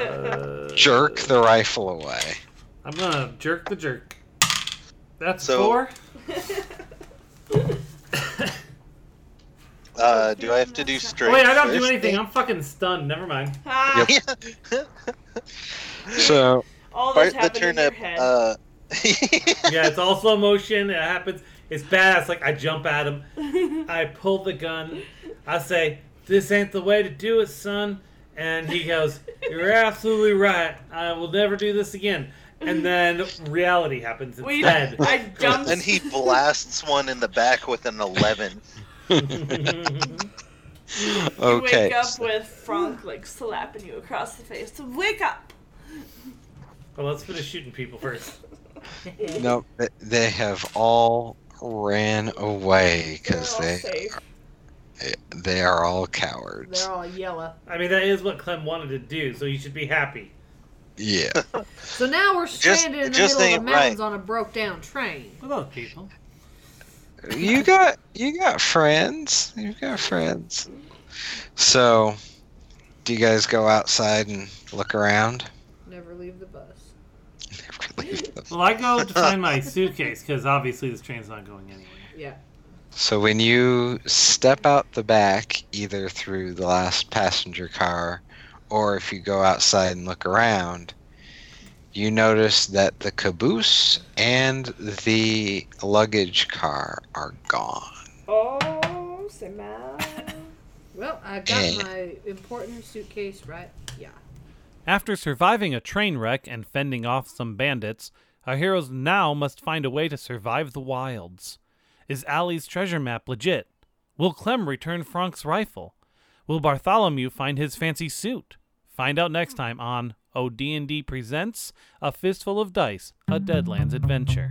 [SPEAKER 4] Uh,
[SPEAKER 2] jerk the rifle away.
[SPEAKER 4] I'm gonna jerk the jerk. That's
[SPEAKER 3] So-
[SPEAKER 4] four. Oh,
[SPEAKER 3] Uh, do I have to do straight?
[SPEAKER 4] Wait, I don't do anything. I'm fucking stunned. Never mind.
[SPEAKER 5] Ah,
[SPEAKER 2] So
[SPEAKER 5] All
[SPEAKER 3] Part
[SPEAKER 5] that's
[SPEAKER 3] the
[SPEAKER 5] happened in your
[SPEAKER 3] turnip.
[SPEAKER 5] head.
[SPEAKER 3] Uh,
[SPEAKER 4] Yeah, it's all slow motion. It happens. It's badass. Like I jump at him. I pull the gun. I say, "This ain't the way to do it, son." And he goes, "You're absolutely right. I will never do this again." And then reality happens
[SPEAKER 5] we,
[SPEAKER 4] instead.
[SPEAKER 5] I jumped.
[SPEAKER 3] and he blasts one in the back with an eleven.
[SPEAKER 5] You
[SPEAKER 2] okay,
[SPEAKER 5] wake up with Frank like slapping you across the face. Wake up!
[SPEAKER 4] well, let's finish shooting people first.
[SPEAKER 2] no, th- they have all ran away
[SPEAKER 5] We're
[SPEAKER 2] because
[SPEAKER 5] all
[SPEAKER 2] they
[SPEAKER 5] safe.
[SPEAKER 2] they are all cowards.
[SPEAKER 6] They're all yellow.
[SPEAKER 4] I mean, that is what Clem wanted to do, so you should be happy.
[SPEAKER 2] Yeah,
[SPEAKER 6] So now we're
[SPEAKER 3] just
[SPEAKER 6] stranded in the
[SPEAKER 3] ain't
[SPEAKER 6] middle of the
[SPEAKER 3] right.
[SPEAKER 6] mountains on a broke down train.
[SPEAKER 4] Well, those people.
[SPEAKER 2] you got you got friends. You've got friends. So, do you guys go outside and look around?
[SPEAKER 6] Never leave the bus.
[SPEAKER 4] Well, I go to find my suitcase because obviously this train's not going anywhere.
[SPEAKER 6] Yeah.
[SPEAKER 2] So when you step out the back, either through the last passenger car, or if you go outside and look around, you notice that the caboose and the luggage car are gone.
[SPEAKER 5] Oh, Simon.
[SPEAKER 6] Well, I got
[SPEAKER 2] Eh.
[SPEAKER 6] my important suitcase right. Yeah.
[SPEAKER 1] After surviving a train wreck and fending off some bandits, our heroes now must find a way to survive the wilds. Is Allie's treasure map legit? Will Clem return Frank's rifle? Will Bartholomew find his fancy suit? Find out next time on OD&D Presents A Fistful of Dice, A Deadlands Adventure.